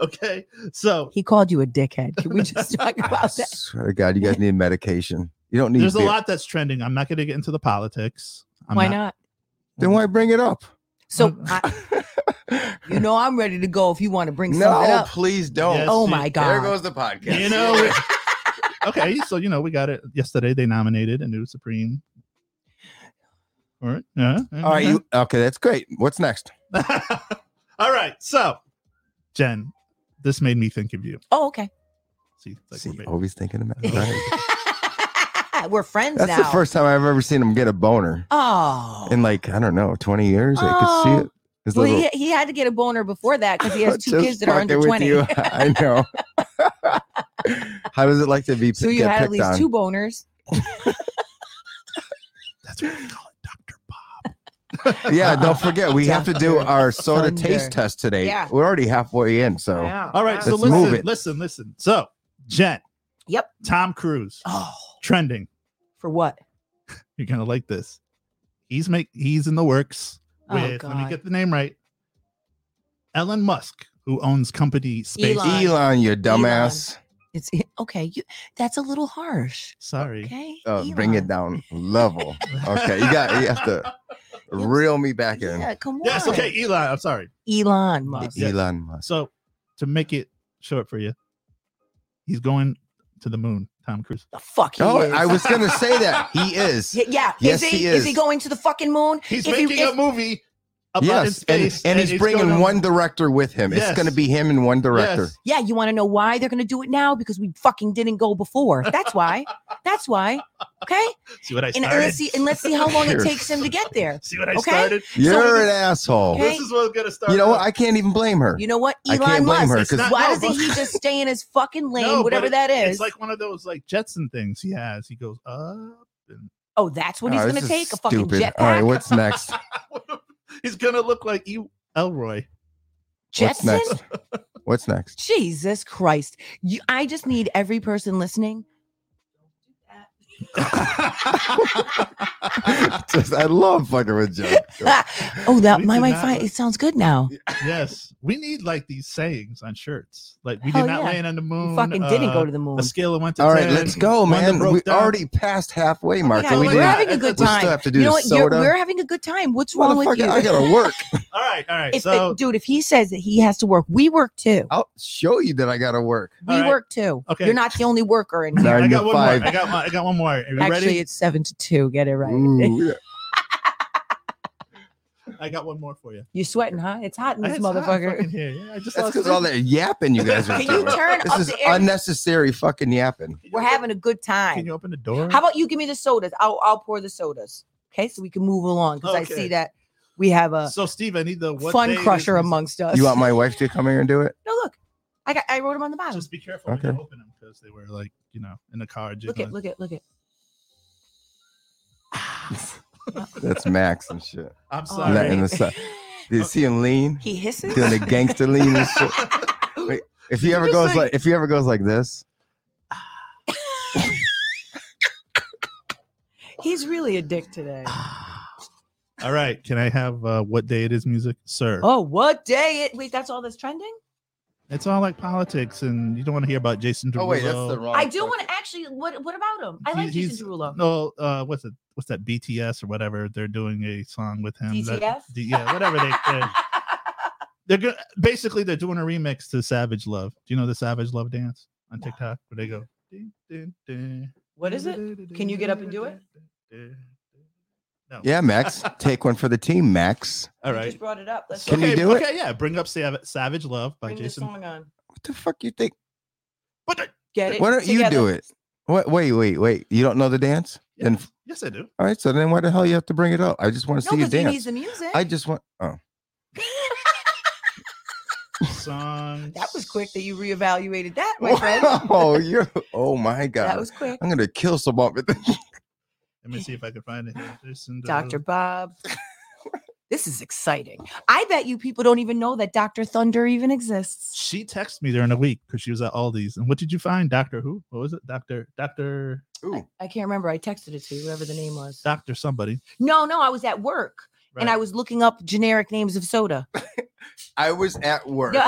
Speaker 2: okay. So
Speaker 3: he called you a dickhead. Can we just talk about that?
Speaker 1: Swear to God, you guys need medication. You don't need.
Speaker 2: there's a
Speaker 1: beer.
Speaker 2: lot that's trending. I'm not going to get into the politics. I'm
Speaker 3: Why not?
Speaker 1: Then why bring it up?
Speaker 3: So
Speaker 2: Um,
Speaker 3: I, you know I'm ready to go if you want to bring something
Speaker 1: No,
Speaker 3: up.
Speaker 1: please don't.
Speaker 2: Yes,
Speaker 3: Oh
Speaker 2: you-
Speaker 3: my
Speaker 1: There
Speaker 3: god.
Speaker 1: goes the podcast.
Speaker 2: You know. we- okay. So you know we got it yesterday. They nominated a new supreme. All right. Yeah.
Speaker 1: All right. You, okay, that's great. What's next?
Speaker 2: All right. So, Jen, this made me think of you.
Speaker 3: oh, okay.
Speaker 2: See, it's like
Speaker 1: See, oh.
Speaker 2: we're ma-
Speaker 1: always thinking about. It. Right.
Speaker 3: We're friends
Speaker 1: That's
Speaker 3: now.
Speaker 1: the first time I've ever seen him get a boner
Speaker 3: Oh.
Speaker 1: in like I don't know, 20 years. I could see
Speaker 3: Oh.
Speaker 1: it. His
Speaker 3: well,
Speaker 1: little-
Speaker 3: he, he had to get a boner before that because he has two
Speaker 1: Just
Speaker 3: kids that are
Speaker 1: fucking
Speaker 3: under
Speaker 1: with
Speaker 3: 20.
Speaker 1: you. I know. How does it like to be
Speaker 3: So you
Speaker 1: get
Speaker 3: had at
Speaker 1: picked
Speaker 3: least
Speaker 1: on?
Speaker 3: two boners.
Speaker 2: that's what we call it, Doctor Bob.
Speaker 1: Yeah, don't forget we have to do
Speaker 3: Doctor
Speaker 1: our soda taste
Speaker 3: Thunder.
Speaker 1: test today.
Speaker 3: Yeah.
Speaker 1: We're already halfway in, so
Speaker 2: All right. So
Speaker 1: Let's
Speaker 2: listen,
Speaker 1: move it.
Speaker 2: listen, listen. So, Jen.
Speaker 3: Yep.
Speaker 2: Tom Cruise
Speaker 3: Oh,
Speaker 2: trending.
Speaker 3: for what?
Speaker 2: You're gonna like this. He's make he's in the works
Speaker 3: Oh,
Speaker 2: with. let me
Speaker 3: God.
Speaker 2: get the name right. Elon Musk, who owns company Space.
Speaker 3: Elon.
Speaker 1: Elon, you dumbass.
Speaker 3: It's okay. You, that's a little harsh.
Speaker 2: Sorry.
Speaker 3: Okay.
Speaker 1: Uh, bring it
Speaker 3: Elon.
Speaker 1: down level. Okay, you got you have to reel me back in.
Speaker 3: Yeah, come on.
Speaker 2: Yes. Okay, Elon. I'm sorry.
Speaker 3: Elon Musk.
Speaker 2: Yeah.
Speaker 1: Elon Musk.
Speaker 2: So, to make it short for you, he's going to the moon. Tom Cruise.
Speaker 3: The fuck he
Speaker 1: Oh,
Speaker 3: is.
Speaker 1: I was gonna say that he is.
Speaker 3: Y- yeah.
Speaker 1: Yes,
Speaker 3: is he,
Speaker 1: he
Speaker 3: is.
Speaker 1: is.
Speaker 3: he going to the fucking moon?
Speaker 2: He's
Speaker 3: If you-
Speaker 2: making
Speaker 3: if-
Speaker 2: a movie. About in
Speaker 1: Yes, and,
Speaker 2: space,
Speaker 1: and he's
Speaker 2: going
Speaker 1: bringing
Speaker 2: on-
Speaker 1: one director with him.
Speaker 2: Yes.
Speaker 1: It's gonna be him and one director.
Speaker 2: Yes.
Speaker 3: Yeah, you want to know why they're going to do it now? Because we fucking didn't go before. That's why. That's why. Okay.
Speaker 2: See what I
Speaker 3: And,
Speaker 2: started.
Speaker 3: and let's see. And let's see how long it
Speaker 1: Here.
Speaker 3: takes him to get there.
Speaker 2: See what I
Speaker 3: Okay.
Speaker 2: started.
Speaker 1: You're
Speaker 3: So-
Speaker 1: an asshole.
Speaker 3: Okay.
Speaker 2: This is what's gonna start.
Speaker 1: You know what?
Speaker 2: up.
Speaker 1: I can't even blame her.
Speaker 3: You know what?
Speaker 1: I
Speaker 3: Elon
Speaker 1: can't blame
Speaker 3: Musk.
Speaker 1: her
Speaker 2: It's
Speaker 1: because
Speaker 2: not-
Speaker 3: Why
Speaker 2: no,
Speaker 3: doesn't
Speaker 2: but-
Speaker 3: he just stay in his fucking lane,
Speaker 2: No, but
Speaker 3: whatever
Speaker 2: it-
Speaker 3: that is?
Speaker 2: It's like one of those like Jetson things he has. He goes "Uh." up. and
Speaker 3: oh, that's what he's going to take? A fucking jetpack?
Speaker 1: All right, what's next?
Speaker 2: He's gonna look like you, Elroy.
Speaker 1: what's
Speaker 3: Jetson?
Speaker 1: next? What's next?
Speaker 3: Jesus Christ. You, I just need every person listening.
Speaker 1: Just, I love fucking with Jeff.
Speaker 3: oh, that
Speaker 2: We
Speaker 3: my
Speaker 2: did
Speaker 3: my
Speaker 2: not
Speaker 3: fine.
Speaker 2: let-
Speaker 3: It sounds good now.
Speaker 2: yes, we need like these sayings on shirts. Like we
Speaker 3: Hell
Speaker 2: did not
Speaker 3: yeah.
Speaker 2: land on the moon.
Speaker 3: You fucking didn't go
Speaker 2: uh,
Speaker 3: to the moon.
Speaker 2: a scale of one to
Speaker 1: All right,
Speaker 2: 10,
Speaker 1: let's go,
Speaker 2: one that
Speaker 1: man.
Speaker 2: broke
Speaker 1: We
Speaker 2: down.
Speaker 1: already passed halfway mark.
Speaker 3: Oh God,
Speaker 1: and we
Speaker 3: we're
Speaker 1: didn't-
Speaker 3: having a good
Speaker 1: we
Speaker 3: time.
Speaker 1: still have to do
Speaker 3: You know
Speaker 1: the
Speaker 3: what? You're,
Speaker 1: soda.
Speaker 3: we're having a good time. What's wrong with you?
Speaker 1: Motherfucker, I gotta work.
Speaker 2: All right, all right.
Speaker 3: if the-
Speaker 2: so
Speaker 3: dude, if he says that he has to work, we work too.
Speaker 1: I'll show you that I gotta work.
Speaker 3: We
Speaker 2: All right.
Speaker 3: work too.
Speaker 2: Okay.
Speaker 3: You're not the only worker in here.
Speaker 1: Nine
Speaker 2: I
Speaker 1: to
Speaker 2: got one
Speaker 1: five.
Speaker 2: more. I got one. I got one more. Are you
Speaker 3: Actually,
Speaker 2: ready?
Speaker 3: it's seven to two. Get it right.
Speaker 1: Ooh, yeah.
Speaker 2: I got one more for you.
Speaker 3: You're sweating, huh? It's hot in this
Speaker 2: It's hot
Speaker 3: motherfucker.
Speaker 2: fucking here. Yeah, I just
Speaker 1: That's
Speaker 2: lost
Speaker 1: because all
Speaker 2: it.
Speaker 1: that yapping you guys are
Speaker 3: Can
Speaker 1: doing.
Speaker 3: you turn
Speaker 1: This
Speaker 3: up
Speaker 1: is
Speaker 3: the air?
Speaker 1: unnecessary fucking yapping.
Speaker 3: We're having a good
Speaker 2: Can
Speaker 3: time.
Speaker 2: you open the door?
Speaker 3: How about you give me the sodas? I'll I'll pour the sodas. Okay, so we can move along because I
Speaker 2: Okay.
Speaker 3: see that we have a
Speaker 2: so, Steve, I need the what day
Speaker 3: uh, fun
Speaker 2: is
Speaker 3: crusher
Speaker 2: this-
Speaker 3: amongst us.
Speaker 1: You want my wife to come here and do it?
Speaker 3: no, look, I got I wrote them on the bottom.
Speaker 2: Just be careful when
Speaker 1: Okay.
Speaker 2: you open them because they were like, you know, in the car.
Speaker 3: look
Speaker 2: jiggling.
Speaker 3: at look at look Ah, at.
Speaker 1: That's Max and shit.
Speaker 2: I'm
Speaker 3: Oh,
Speaker 1: Not in
Speaker 2: sorry.
Speaker 1: the side. Do you see him lean?
Speaker 3: He hisses.
Speaker 1: Doing the gangster lean and shit. If he ever
Speaker 3: Just
Speaker 1: goes
Speaker 3: like-
Speaker 1: like, if he ever goes like this,
Speaker 3: He's really a dick today.
Speaker 2: Ah. All right. Can I have uh, what day it is music, sir?
Speaker 3: Oh, what day? It, wait, that's all that's trending.
Speaker 2: It's all like politics, and you don't want to hear about Jason Derulo.
Speaker 1: oh wait, that's the wrong.
Speaker 3: I do want to actually. What What about him? I
Speaker 2: He-
Speaker 3: like
Speaker 2: he's-
Speaker 3: Jason Derulo.
Speaker 2: No, uh, what's it? What's that? BTS or whatever? They're doing a song with him. that-
Speaker 3: DTF?
Speaker 2: D- yeah, whatever they. They're, they're go- basically they're doing a remix to Savage Love. Do you know the Savage Love dance on
Speaker 3: No.
Speaker 2: TikTok where they go? "Ding, ding, ding,
Speaker 3: what is it? Can you get up and do it?
Speaker 2: No.
Speaker 1: Yeah, Max, take one for the team, Max.
Speaker 2: All
Speaker 3: You
Speaker 2: right.
Speaker 3: just brought it up. Let's
Speaker 1: Can
Speaker 3: go.
Speaker 1: you
Speaker 2: okay,
Speaker 1: do it?
Speaker 2: okay, yeah. Bring up Sav- Savage Love by
Speaker 3: bring this
Speaker 2: Jason.
Speaker 3: song on.
Speaker 1: What the fuck you think?
Speaker 2: But uh, I-
Speaker 3: Get it?
Speaker 1: Why don't you do it? What? Wait, wait, wait. You don't know the dance? Then
Speaker 2: yes, yes, I do.
Speaker 1: all right. So then, why the hell you have to bring it up? I just want to
Speaker 3: No,
Speaker 1: see you
Speaker 3: because he
Speaker 1: dance.
Speaker 3: needs the music.
Speaker 1: I just want. Oh,
Speaker 2: Song.
Speaker 3: that was quick that you reevaluated that, my friend.
Speaker 1: oh, you. Oh my
Speaker 3: that
Speaker 1: god.
Speaker 3: was quick.
Speaker 1: I'm gonna kill someone with this.
Speaker 2: Let me see if I can find it. This and, uh,
Speaker 3: Dr. Bob. this is exciting. I bet you people don't even know that Dr. Thunder even exists.
Speaker 2: She texted me during the week because she was at Aldi's. And what did you find? Doctor who? What was it? Doctor, Doctor,
Speaker 1: Ooh,
Speaker 3: I can't remember. I texted it to you, whoever the name was.
Speaker 2: Doctor somebody.
Speaker 3: No, no, I was at work and I was looking up generic names of soda.
Speaker 1: I was at work.
Speaker 3: No.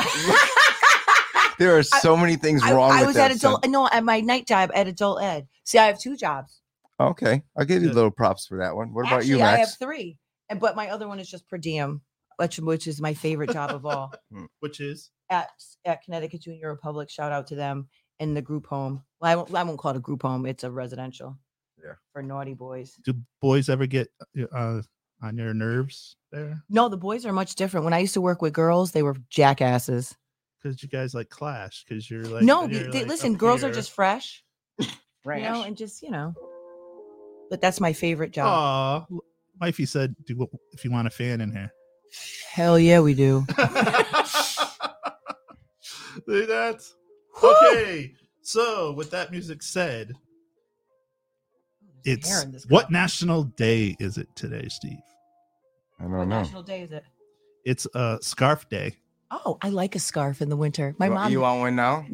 Speaker 1: there are so many things
Speaker 3: I,
Speaker 1: wrong
Speaker 3: I
Speaker 1: with
Speaker 3: was
Speaker 1: that.
Speaker 3: at adult. No, at my night job at adult ed. See, I have two jobs.
Speaker 1: son. Okay, I'll give you
Speaker 2: Yeah.
Speaker 1: little props for that one. What about you,
Speaker 3: Actually, I
Speaker 1: Max?
Speaker 3: have three, and but my other one is just per diem, which, which is my favorite job of all
Speaker 2: Which is
Speaker 3: at at Connecticut Junior Republic. Shout out to them and the group home. Well, I won't, I won't call it a group home. It's a residential.
Speaker 1: Yeah.
Speaker 3: For naughty boys.
Speaker 2: do boys ever get uh, on your nerves there?
Speaker 3: No, the boys are much different. When I used to work with girls, they were jackasses.
Speaker 2: Because you guys like clash. Because you're like
Speaker 3: no, be-
Speaker 2: you're,
Speaker 3: they,
Speaker 2: like,
Speaker 3: listen,
Speaker 2: up
Speaker 3: girls are
Speaker 2: here.
Speaker 3: just fresh, you
Speaker 1: Ranch.
Speaker 3: know, and just you know. But that's my favorite job.
Speaker 2: Aw, wifey said, "Do what- if you want a fan in here."
Speaker 3: Hell yeah, we do.
Speaker 2: See that?
Speaker 3: Whew!
Speaker 2: Okay. So, with that music said,
Speaker 3: There's
Speaker 2: it's
Speaker 3: hair in this
Speaker 2: what
Speaker 3: cup.
Speaker 2: national day is it today, Steve?
Speaker 1: I don't
Speaker 3: What
Speaker 1: know.
Speaker 3: national day is it?
Speaker 2: It's uh, Scarf Day.
Speaker 3: Oh, I like a scarf in the winter. My
Speaker 1: you,
Speaker 3: mom.
Speaker 1: you want one now?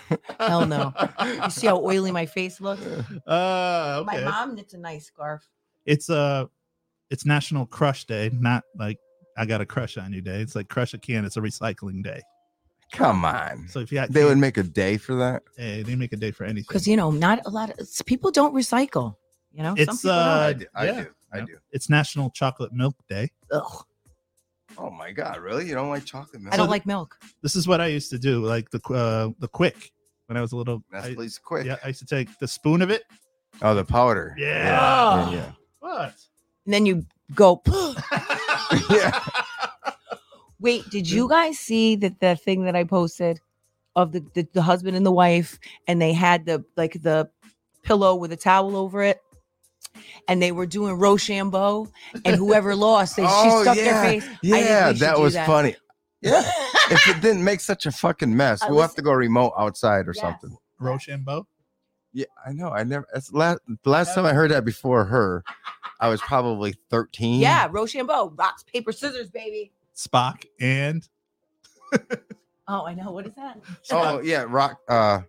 Speaker 3: Hell no. you see how oily my face looks?
Speaker 2: Uh,
Speaker 3: My
Speaker 2: okay.
Speaker 3: mom knits a nice scarf.
Speaker 2: It's uh, it's National Crush Day, not like I got a crush on you day. It's like crush a can. It's a recycling day.
Speaker 1: Come on.
Speaker 2: So if you got
Speaker 1: They would
Speaker 2: cans,
Speaker 1: make a day for that.
Speaker 2: hey, they make a day for anything.
Speaker 3: Because you know, not a lot of s- people don't recycle. You know,
Speaker 2: It's,
Speaker 3: people
Speaker 1: I
Speaker 2: uh,
Speaker 1: do. I
Speaker 2: yeah,
Speaker 1: do. I
Speaker 2: yeah.
Speaker 1: do.
Speaker 2: It's National Chocolate Milk Day.
Speaker 3: don't. Ugh,
Speaker 1: Oh my god, really? You don't like chocolate milk?
Speaker 3: I don't
Speaker 2: the-
Speaker 3: like milk.
Speaker 2: This is what I used to do, like the qu- uh, the quick when I was a little. I,
Speaker 1: Nestle's quick.
Speaker 2: yeah, I used to take the spoon of it.
Speaker 1: Oh, the powder.
Speaker 2: Yeah.
Speaker 1: Yeah. yeah,
Speaker 2: What?
Speaker 3: And then you go.
Speaker 1: yeah.
Speaker 3: Wait, did you guys see that the thing that I posted of the, the the husband and the wife, and they had the like the pillow with a towel over it, and they were doing Rochambeau, and whoever lost, they
Speaker 2: Oh,
Speaker 3: she stuck their face.
Speaker 1: Oh, Yeah,
Speaker 3: think we should
Speaker 1: that
Speaker 3: do
Speaker 1: was
Speaker 3: that.
Speaker 1: funny. Yeah. if it didn't make such a fucking mess,
Speaker 3: I
Speaker 1: we'll have
Speaker 3: was-
Speaker 1: to go remote outside or
Speaker 3: Yes.
Speaker 1: something.
Speaker 2: Rochambeau.
Speaker 1: Yeah, I know. I never. That's last, the last time I heard that before her, I was probably thirteen.
Speaker 3: Yeah, Rochambeau, rocks, paper, scissors, baby.
Speaker 2: Spock and
Speaker 3: Oh, I know. What is that?
Speaker 1: Oh
Speaker 2: Spock.
Speaker 1: yeah, rock. Uh,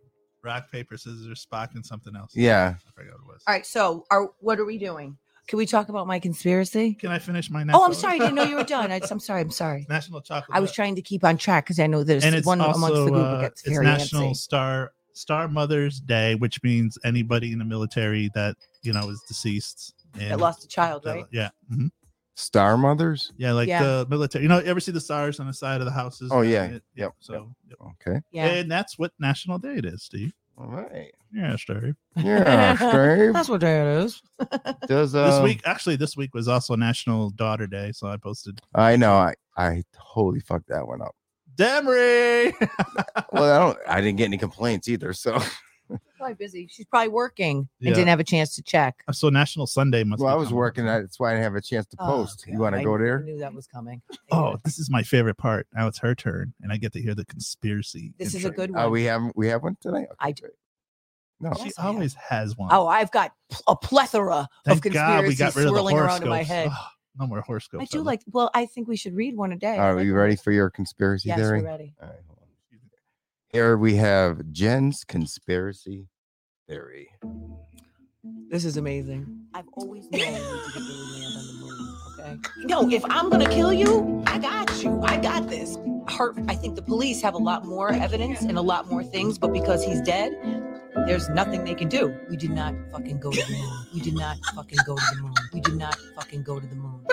Speaker 2: rock paper scissors Spock and something else.
Speaker 1: yeah.
Speaker 2: I forgot what it was.
Speaker 3: All right, so are what are we doing? Can we talk about my conspiracy?
Speaker 2: Can I finish my?
Speaker 3: Oh, I'm
Speaker 2: national-
Speaker 3: sorry, I didn't know you were done. I, am sorry, I'm sorry.
Speaker 2: National Chocolate.
Speaker 3: I was
Speaker 2: Milk-
Speaker 3: trying to keep on track because I know there's
Speaker 2: and it's
Speaker 3: one
Speaker 2: also
Speaker 3: amongst the group
Speaker 2: uh,
Speaker 3: that gets
Speaker 2: it's
Speaker 3: very
Speaker 2: National
Speaker 3: antsy.
Speaker 2: Star Star Mother's Day, which means anybody in the military that you know is deceased. And
Speaker 3: That lost a child,
Speaker 2: that-
Speaker 3: right?
Speaker 2: Yeah, mhm.
Speaker 1: Star mothers.
Speaker 2: yeah, like
Speaker 3: Yeah.
Speaker 2: the military. You know, ever see the stars on the side of the houses?
Speaker 1: Oh,
Speaker 2: and
Speaker 1: yeah.
Speaker 2: it-
Speaker 1: Yep,
Speaker 2: So, yep.
Speaker 1: Okay.
Speaker 3: Yeah.
Speaker 2: and that's what National Day it is, Steve.
Speaker 1: All right.
Speaker 2: Yeah, sure.
Speaker 1: Yeah, Steve.
Speaker 3: That's what day it is.
Speaker 1: Does uh,
Speaker 2: this week, actually, this week was also National Daughter Day, so I posted
Speaker 1: um, I know. I I totally fucked that one up.
Speaker 2: Demery.
Speaker 1: Well, I don't. I didn't get any complaints either. So
Speaker 3: Probably busy. She's probably working
Speaker 2: Yeah.
Speaker 3: and didn't have a chance to check.
Speaker 2: so National Sunday must.
Speaker 1: well, I
Speaker 2: be
Speaker 1: was
Speaker 2: coming.
Speaker 1: working. That's why I didn't have a chance to
Speaker 3: Oh,
Speaker 1: post. you
Speaker 3: God,
Speaker 1: want to
Speaker 3: I
Speaker 1: go there?
Speaker 3: knew that was coming.
Speaker 2: Oh, this is my favorite part. Now it's her turn, and I get to hear the conspiracy.
Speaker 3: This is a
Speaker 2: intro.
Speaker 3: good
Speaker 1: Uh,
Speaker 3: one.
Speaker 1: we have we have one tonight. Okay,
Speaker 3: I-
Speaker 1: great. No.
Speaker 2: She
Speaker 3: Yes, I have.
Speaker 2: always has one.
Speaker 3: oh, I've got pl- a plethora of
Speaker 2: Thank God we
Speaker 3: conspiracies
Speaker 2: got rid of the
Speaker 3: swirling around
Speaker 2: horoscopes. Oh,
Speaker 3: in my head.
Speaker 2: Ugh, no more horoscopes.
Speaker 3: I do
Speaker 2: love
Speaker 3: like. Well, I think we should read one a day. I
Speaker 1: Are
Speaker 3: like
Speaker 1: you
Speaker 3: them.
Speaker 1: ready for your conspiracy
Speaker 3: Yes,
Speaker 1: theory?
Speaker 3: we're ready.
Speaker 1: All right, hold on. Here we have Jen's conspiracy theory.
Speaker 3: This is amazing. I've always known we didn't really land on the moon. Okay. No, if I'm gonna kill you, I got you. I got this. Hart, I think the police have a lot more evidence and a lot more things, but because he's dead, there's nothing they can do. We did not fucking go to the moon. We did not fucking go to the moon. We did not fucking go to the moon.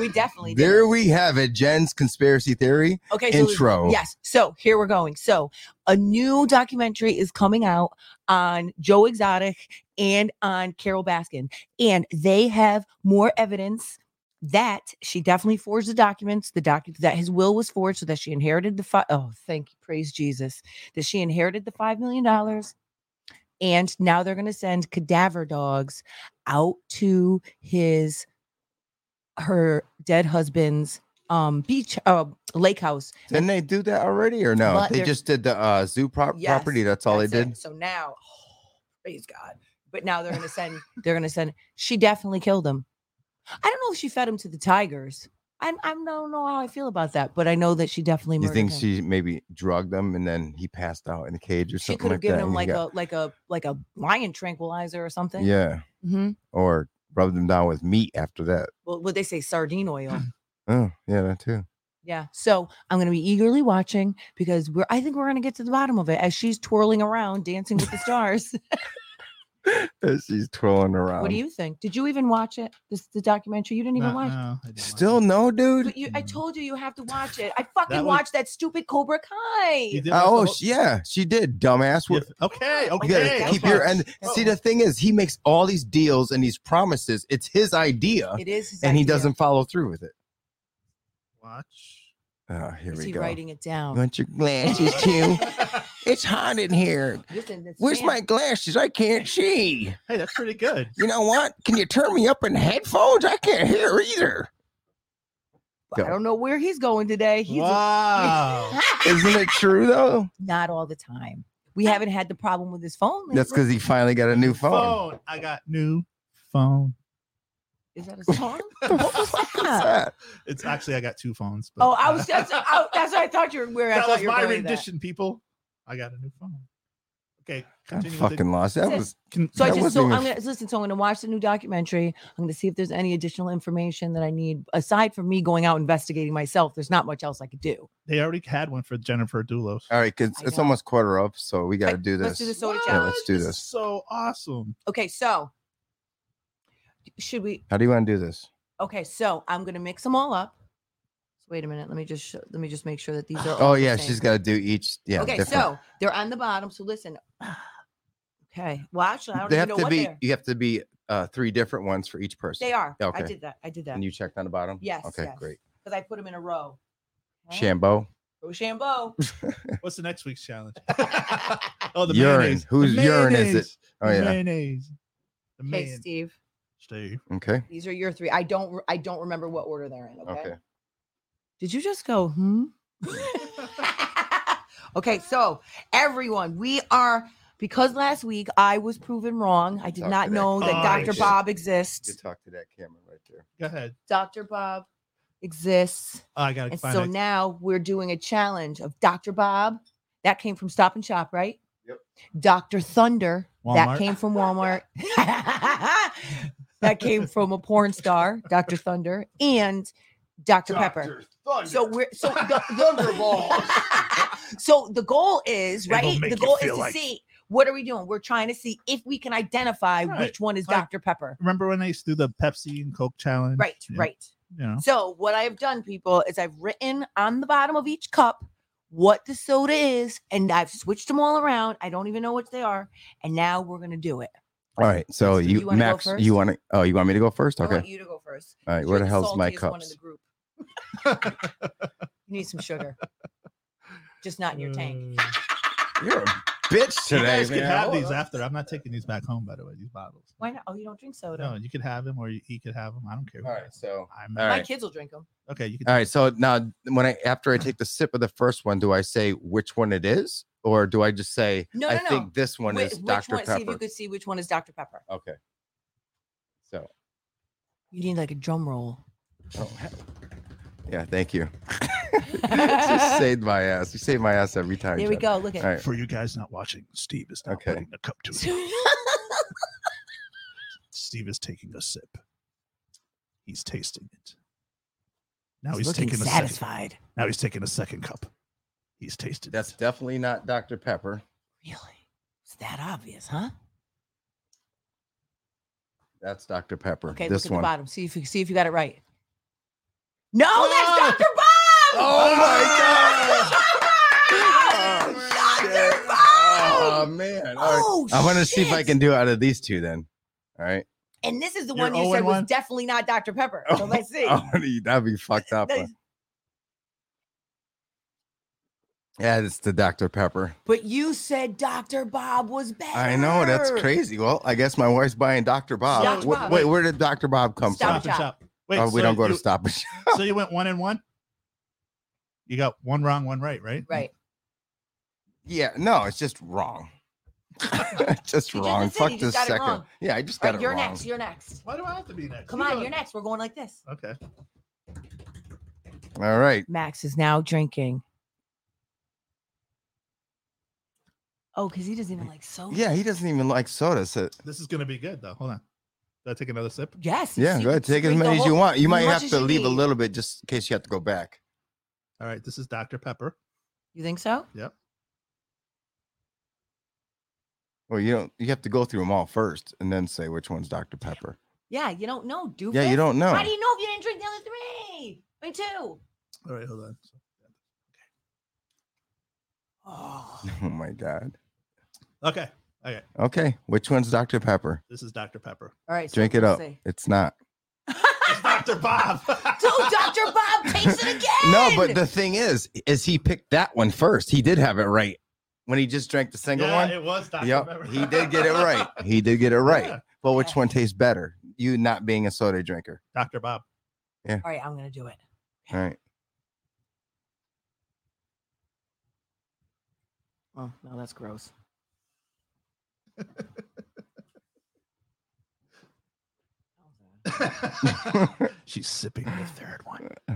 Speaker 3: We definitely did.
Speaker 1: There we have it, Jen's conspiracy theory
Speaker 3: Okay, so
Speaker 1: intro.
Speaker 3: Yes. So here we're going. So a new documentary is coming out on Joe Exotic and on Carol Baskin, and they have more evidence that she definitely forged the documents. The document that his will was forged, so that she inherited the five. Oh, thank you, praise Jesus, that she inherited the five million dollars. And now they're going to send cadaver dogs out to his, her dead husband's um beach, uh, lake house,
Speaker 1: Didn't they do that already or no?
Speaker 3: But
Speaker 1: they
Speaker 3: they're-
Speaker 1: just did the uh, zoo prop-
Speaker 3: Yes,
Speaker 1: property. That's all
Speaker 3: That's
Speaker 1: they
Speaker 3: it.
Speaker 1: did.
Speaker 3: So now, praise God. but now they're gonna send they're gonna send she definitely killed him. I don't know if she fed him to the tigers. I I don't know how I feel about that, but I know that she definitely
Speaker 1: You
Speaker 3: murdered
Speaker 1: think
Speaker 3: him.
Speaker 1: she maybe drugged him and then he passed out in a cage or
Speaker 3: she
Speaker 1: something
Speaker 3: could have
Speaker 1: like
Speaker 3: given
Speaker 1: that?
Speaker 3: him like
Speaker 1: a
Speaker 3: a like a like a lion tranquilizer or something.
Speaker 1: yeah,
Speaker 3: hmm
Speaker 1: or rubbed him down with meat after that.
Speaker 3: Well, would they say sardine oil?
Speaker 1: Oh, yeah, that too.
Speaker 3: Yeah. So I'm going to be eagerly watching because we're, I think we're going to get to the bottom of it as she's twirling around, dancing with the stars.
Speaker 1: As She's twirling around.
Speaker 3: what do you think? Did you even watch it? This the documentary. You didn't even
Speaker 2: Nah,
Speaker 3: watch.
Speaker 2: no, I didn't watch
Speaker 1: Still
Speaker 2: it.
Speaker 1: no,
Speaker 3: it.
Speaker 1: dude.
Speaker 3: But you, I
Speaker 2: Mm.
Speaker 3: told you you have to watch it. I fucking
Speaker 2: was-
Speaker 3: watched that stupid Cobra
Speaker 2: You
Speaker 3: Kai.
Speaker 2: did watch the
Speaker 1: Oh,
Speaker 2: whole-
Speaker 1: sh- yeah, she did, dumbass.
Speaker 2: Yeah,
Speaker 1: We're-
Speaker 2: Okay.
Speaker 3: You
Speaker 1: You
Speaker 2: Okay.
Speaker 1: gotta
Speaker 3: Okay,
Speaker 1: keep
Speaker 2: okay.
Speaker 1: your and
Speaker 3: Oh.
Speaker 1: see. The thing is, he makes all these deals and these promises. It's his idea,
Speaker 3: It is, his
Speaker 1: and he
Speaker 3: idea.
Speaker 1: doesn't follow through with it.
Speaker 2: watch.
Speaker 1: Oh, here
Speaker 3: Is
Speaker 1: we
Speaker 3: he
Speaker 1: go.
Speaker 3: writing it down?
Speaker 1: Want your glasses too? it's hot in here.
Speaker 3: Listen, this
Speaker 1: Where's
Speaker 3: man-
Speaker 1: my glasses? I can't see.
Speaker 2: hey, that's pretty good.
Speaker 1: You know what? Can you turn me up in headphones? I can't hear either.
Speaker 3: I don't know where he's going today. He's
Speaker 2: wow.
Speaker 1: Isn't it true though?
Speaker 3: not all the time. We haven't had the problem with his phone.
Speaker 1: That's
Speaker 3: lately.
Speaker 1: because he finally got a new phone.
Speaker 2: phone. I got new phone.
Speaker 3: Is that a song?
Speaker 1: What
Speaker 3: was that?
Speaker 2: It's actually I got two phones.
Speaker 3: oh, I was. That's, I, that's what I thought you were. Where I
Speaker 2: that
Speaker 3: thought
Speaker 2: was
Speaker 3: you were
Speaker 2: my
Speaker 3: going with that.
Speaker 2: rendition, people. I got a new phone. Okay,
Speaker 1: I
Speaker 2: continue. with the-
Speaker 1: fucking lost. That
Speaker 3: That's it.
Speaker 1: was
Speaker 2: con-
Speaker 3: So I
Speaker 1: That
Speaker 3: just
Speaker 1: wasn't
Speaker 3: so
Speaker 1: even
Speaker 3: I'm gonna listen. So I'm gonna watch the new documentary. I'm gonna see if there's any additional information that I need aside from me going out investigating myself. There's not much else I could do.
Speaker 2: they already had one for Jennifer Doulos.
Speaker 1: all right. Cause
Speaker 3: I
Speaker 1: it's
Speaker 3: know.
Speaker 1: almost quarter up, so we got to
Speaker 3: Right,
Speaker 1: do
Speaker 3: let's
Speaker 1: this.
Speaker 3: do the soda
Speaker 1: Yeah,
Speaker 3: challenge.
Speaker 1: let's do
Speaker 2: is
Speaker 1: this.
Speaker 2: So awesome.
Speaker 3: Okay, so should we?
Speaker 1: How do you want to do this?
Speaker 3: Okay, so I'm gonna mix them all up. Wait a minute. Let me just show, let me just make sure that these are.
Speaker 1: Oh
Speaker 3: all the
Speaker 1: yeah,
Speaker 3: same.
Speaker 1: she's got to do each. Yeah.
Speaker 3: okay,
Speaker 1: different.
Speaker 3: so they're on the bottom. So listen. Okay. Well, actually, I don't
Speaker 1: they
Speaker 3: even
Speaker 1: have
Speaker 3: know
Speaker 1: to
Speaker 3: what
Speaker 1: be.
Speaker 3: they're.
Speaker 1: You have to be uh, three different ones for each person.
Speaker 3: They are. I
Speaker 1: Okay.
Speaker 3: did that. I did that
Speaker 1: And you checked on the bottom.
Speaker 3: Yes,
Speaker 1: Okay.
Speaker 3: yes.
Speaker 1: Great.
Speaker 3: because I put them in a row. Okay?
Speaker 1: Shambo.
Speaker 3: Rochambeau.
Speaker 2: What's the next week's challenge? oh, the
Speaker 1: Urine.
Speaker 2: mayonnaise.
Speaker 1: Whose
Speaker 2: the
Speaker 1: urine is it?
Speaker 2: mayonnaise.
Speaker 1: Oh
Speaker 2: The
Speaker 1: yeah.
Speaker 2: Mayonnaise. The
Speaker 3: Okay,
Speaker 2: man.
Speaker 3: Steve.
Speaker 2: Steve.
Speaker 3: Mm-hmm.
Speaker 1: Okay.
Speaker 3: These are your three. I don't. re- I don't remember what order they're in. Okay.
Speaker 1: Okay.
Speaker 3: Did you just go? Hmm. okay. So everyone, we are because last week I was proven wrong. I did
Speaker 1: Talk
Speaker 3: not
Speaker 1: to that
Speaker 3: know that
Speaker 2: Oh,
Speaker 3: Dr.
Speaker 2: shit.
Speaker 3: Bob
Speaker 1: You
Speaker 3: exists.
Speaker 1: talk to that camera right there.
Speaker 2: Go ahead.
Speaker 3: Dr. Bob exists,
Speaker 2: Oh, I gotta
Speaker 3: and
Speaker 2: find
Speaker 3: so
Speaker 2: it.
Speaker 3: now we're doing a challenge of Dr. Bob. That came from Stop and Shop, right?
Speaker 1: Yep.
Speaker 3: Dr. Thunder.
Speaker 2: Walmart.
Speaker 3: That came from Walmart. that came from a porn star, Dr. Thunder, and Dr. Pepper. So we're so the, the so the goal is
Speaker 2: It'll
Speaker 3: right.
Speaker 2: make
Speaker 3: The
Speaker 2: you
Speaker 3: goal is
Speaker 2: feel
Speaker 3: to
Speaker 2: like-
Speaker 3: see what are we doing. We're trying to see if we can identify
Speaker 2: Right,
Speaker 3: which one is
Speaker 2: like-
Speaker 3: Dr. Pepper.
Speaker 2: Remember when they used to do the Pepsi and Coke challenge?
Speaker 3: Right,
Speaker 2: Yeah,
Speaker 3: right.
Speaker 2: You
Speaker 1: Uh-huh.
Speaker 2: know.
Speaker 3: So what I have done, people, is I've written on the bottom of each cup what the soda is, and I've switched them all around. I don't even know what they are, and now we're gonna do it.
Speaker 1: All right. So
Speaker 3: So
Speaker 1: you,
Speaker 3: you wanna go
Speaker 1: Max, you
Speaker 3: first?
Speaker 1: want to? Oh, you want me to go first?
Speaker 3: I
Speaker 1: Okay.
Speaker 3: want you to go first.
Speaker 1: All right.
Speaker 3: You're
Speaker 1: Where the hell's my
Speaker 3: saltiest One in
Speaker 1: cups?
Speaker 3: the group. you need some sugar, just not in your tank.
Speaker 2: Uh,
Speaker 1: You're a bitch
Speaker 2: you
Speaker 1: today,
Speaker 2: guys
Speaker 1: man. Oh,
Speaker 2: can have these
Speaker 1: Hold on.
Speaker 2: after. I'm not taking these back home, by the way. These bottles.
Speaker 3: Why not? Oh, you don't drink soda.
Speaker 2: No, you could have them, or you, he could have them. I don't care. who
Speaker 1: All right.
Speaker 2: has 'em.
Speaker 1: So.
Speaker 2: I'm
Speaker 1: All
Speaker 3: My
Speaker 1: right.
Speaker 3: kids will drink them.
Speaker 2: okay. You can.
Speaker 1: All right. So now, when I after I take the sip of the first one, do I say which one it is, or do I just say
Speaker 3: No,
Speaker 1: I
Speaker 3: no, no.
Speaker 1: think this one is Dr.
Speaker 3: One, See if
Speaker 1: Pepper?
Speaker 3: you could see which one is Dr. Pepper.
Speaker 1: Okay. So.
Speaker 3: You need like a drum roll.
Speaker 1: oh, heck. yeah. Thank you. just saved my ass. You save my ass every time.
Speaker 3: there we
Speaker 1: Jen.
Speaker 3: go. Look at.
Speaker 1: All right.
Speaker 2: For you guys not watching, Steve is not
Speaker 1: Okay.
Speaker 2: putting a cup to it. Steve is taking a sip. He's tasting it. Now he's,
Speaker 3: looking
Speaker 2: taking a second.
Speaker 3: satisfied.
Speaker 2: Now he's taking a second cup. He's tasted.
Speaker 1: That's
Speaker 2: it.
Speaker 1: definitely not Dr. Pepper.
Speaker 3: Really? It's that obvious, huh?
Speaker 1: That's Dr. Pepper.
Speaker 3: Okay,
Speaker 1: this
Speaker 3: look
Speaker 1: one.
Speaker 3: at the bottom. See if you see if you got it right. No,
Speaker 2: Ah!
Speaker 3: that's Dr. Bob.
Speaker 1: Oh my
Speaker 3: god! Dr.
Speaker 1: shit.
Speaker 3: Bob.
Speaker 1: Oh man. All right.
Speaker 3: Oh,
Speaker 1: I want to see if I
Speaker 3: shit.
Speaker 1: can do out of these two then. All right.
Speaker 3: And this is the
Speaker 2: You're
Speaker 3: one you said
Speaker 2: 0
Speaker 3: was
Speaker 2: one?
Speaker 3: definitely not Dr. Pepper. So let's see.
Speaker 1: Oh, that'd be fucked up.
Speaker 3: That-
Speaker 1: Yeah, it's the Dr. Pepper.
Speaker 3: But you said Dr. Bob was better.
Speaker 1: I know that's crazy. Well, I guess my wife's buying Dr. Bob.
Speaker 3: Dr.
Speaker 1: Wh-
Speaker 3: Bob.
Speaker 1: Wait, where did Dr. Bob come
Speaker 3: Stop
Speaker 1: from?
Speaker 3: and
Speaker 2: Wait,
Speaker 1: oh, we
Speaker 2: so
Speaker 1: don't go to
Speaker 2: you-
Speaker 1: Stop and Shop.
Speaker 2: so you went one and one. You got one wrong, one right, right?
Speaker 3: Right.
Speaker 1: Yeah, no, it's just wrong. just
Speaker 3: You just
Speaker 1: wrong.
Speaker 3: did it.
Speaker 1: Fuck
Speaker 3: You
Speaker 1: this
Speaker 3: just got it
Speaker 1: second.
Speaker 3: wrong.
Speaker 1: Yeah, I just
Speaker 3: All
Speaker 1: got
Speaker 3: right,
Speaker 1: it
Speaker 3: you're
Speaker 1: wrong.
Speaker 3: next. You're next.
Speaker 2: Why do I have to be next?
Speaker 3: Come
Speaker 2: You
Speaker 3: on,
Speaker 2: go-
Speaker 3: you're next. We're going like this.
Speaker 2: Okay.
Speaker 1: All right.
Speaker 3: Max is now drinking. Oh, because he doesn't even like soda.
Speaker 1: Yeah, he doesn't even like Uh, soda. So
Speaker 2: This is gonna be good though. Hold on. Did I take another sip?
Speaker 3: Yes.
Speaker 1: yeah,
Speaker 3: you
Speaker 1: go
Speaker 3: can
Speaker 1: ahead. Take as
Speaker 3: drink the
Speaker 1: many as you
Speaker 3: whole-
Speaker 1: want. You
Speaker 3: as
Speaker 1: might
Speaker 3: much
Speaker 1: have
Speaker 3: as
Speaker 1: to
Speaker 3: you
Speaker 1: leave a
Speaker 3: need.
Speaker 1: little bit just in case you have to go back.
Speaker 2: All right. This is Dr. Pepper.
Speaker 3: You think so?
Speaker 1: Well, you don't. You have to go through them all first, and then say which one's Dr. Pepper.
Speaker 3: Yeah, you don't know, do
Speaker 1: Yeah, you don't know.
Speaker 3: How do you know if you didn't drink the other three? Me too.
Speaker 2: All right, hold on.
Speaker 3: Oh,
Speaker 1: Oh my god.
Speaker 2: Okay. Okay.
Speaker 1: Okay, which one's Dr. Pepper?
Speaker 2: This is Dr. Pepper.
Speaker 3: all right. so
Speaker 1: Drink it
Speaker 3: we'll
Speaker 1: up.
Speaker 3: see.
Speaker 1: It's not.
Speaker 2: It's Dr. Bob.
Speaker 3: so Dr. Bob takes it again.
Speaker 1: No, but the thing is, is he picked that one first. He did have it right when he just drank the single
Speaker 2: yeah,
Speaker 1: one.
Speaker 2: it was Dr. Pepper.
Speaker 1: Yep, he did get it right. He did get it right.
Speaker 2: Yeah.
Speaker 1: But which
Speaker 3: Yeah.
Speaker 1: one tastes better? You not being a soda drinker.
Speaker 2: Dr. Bob.
Speaker 3: all right, I'm gonna do it.
Speaker 1: All right.
Speaker 3: Oh no, that's gross.
Speaker 2: She's sipping the third one.
Speaker 1: Uh,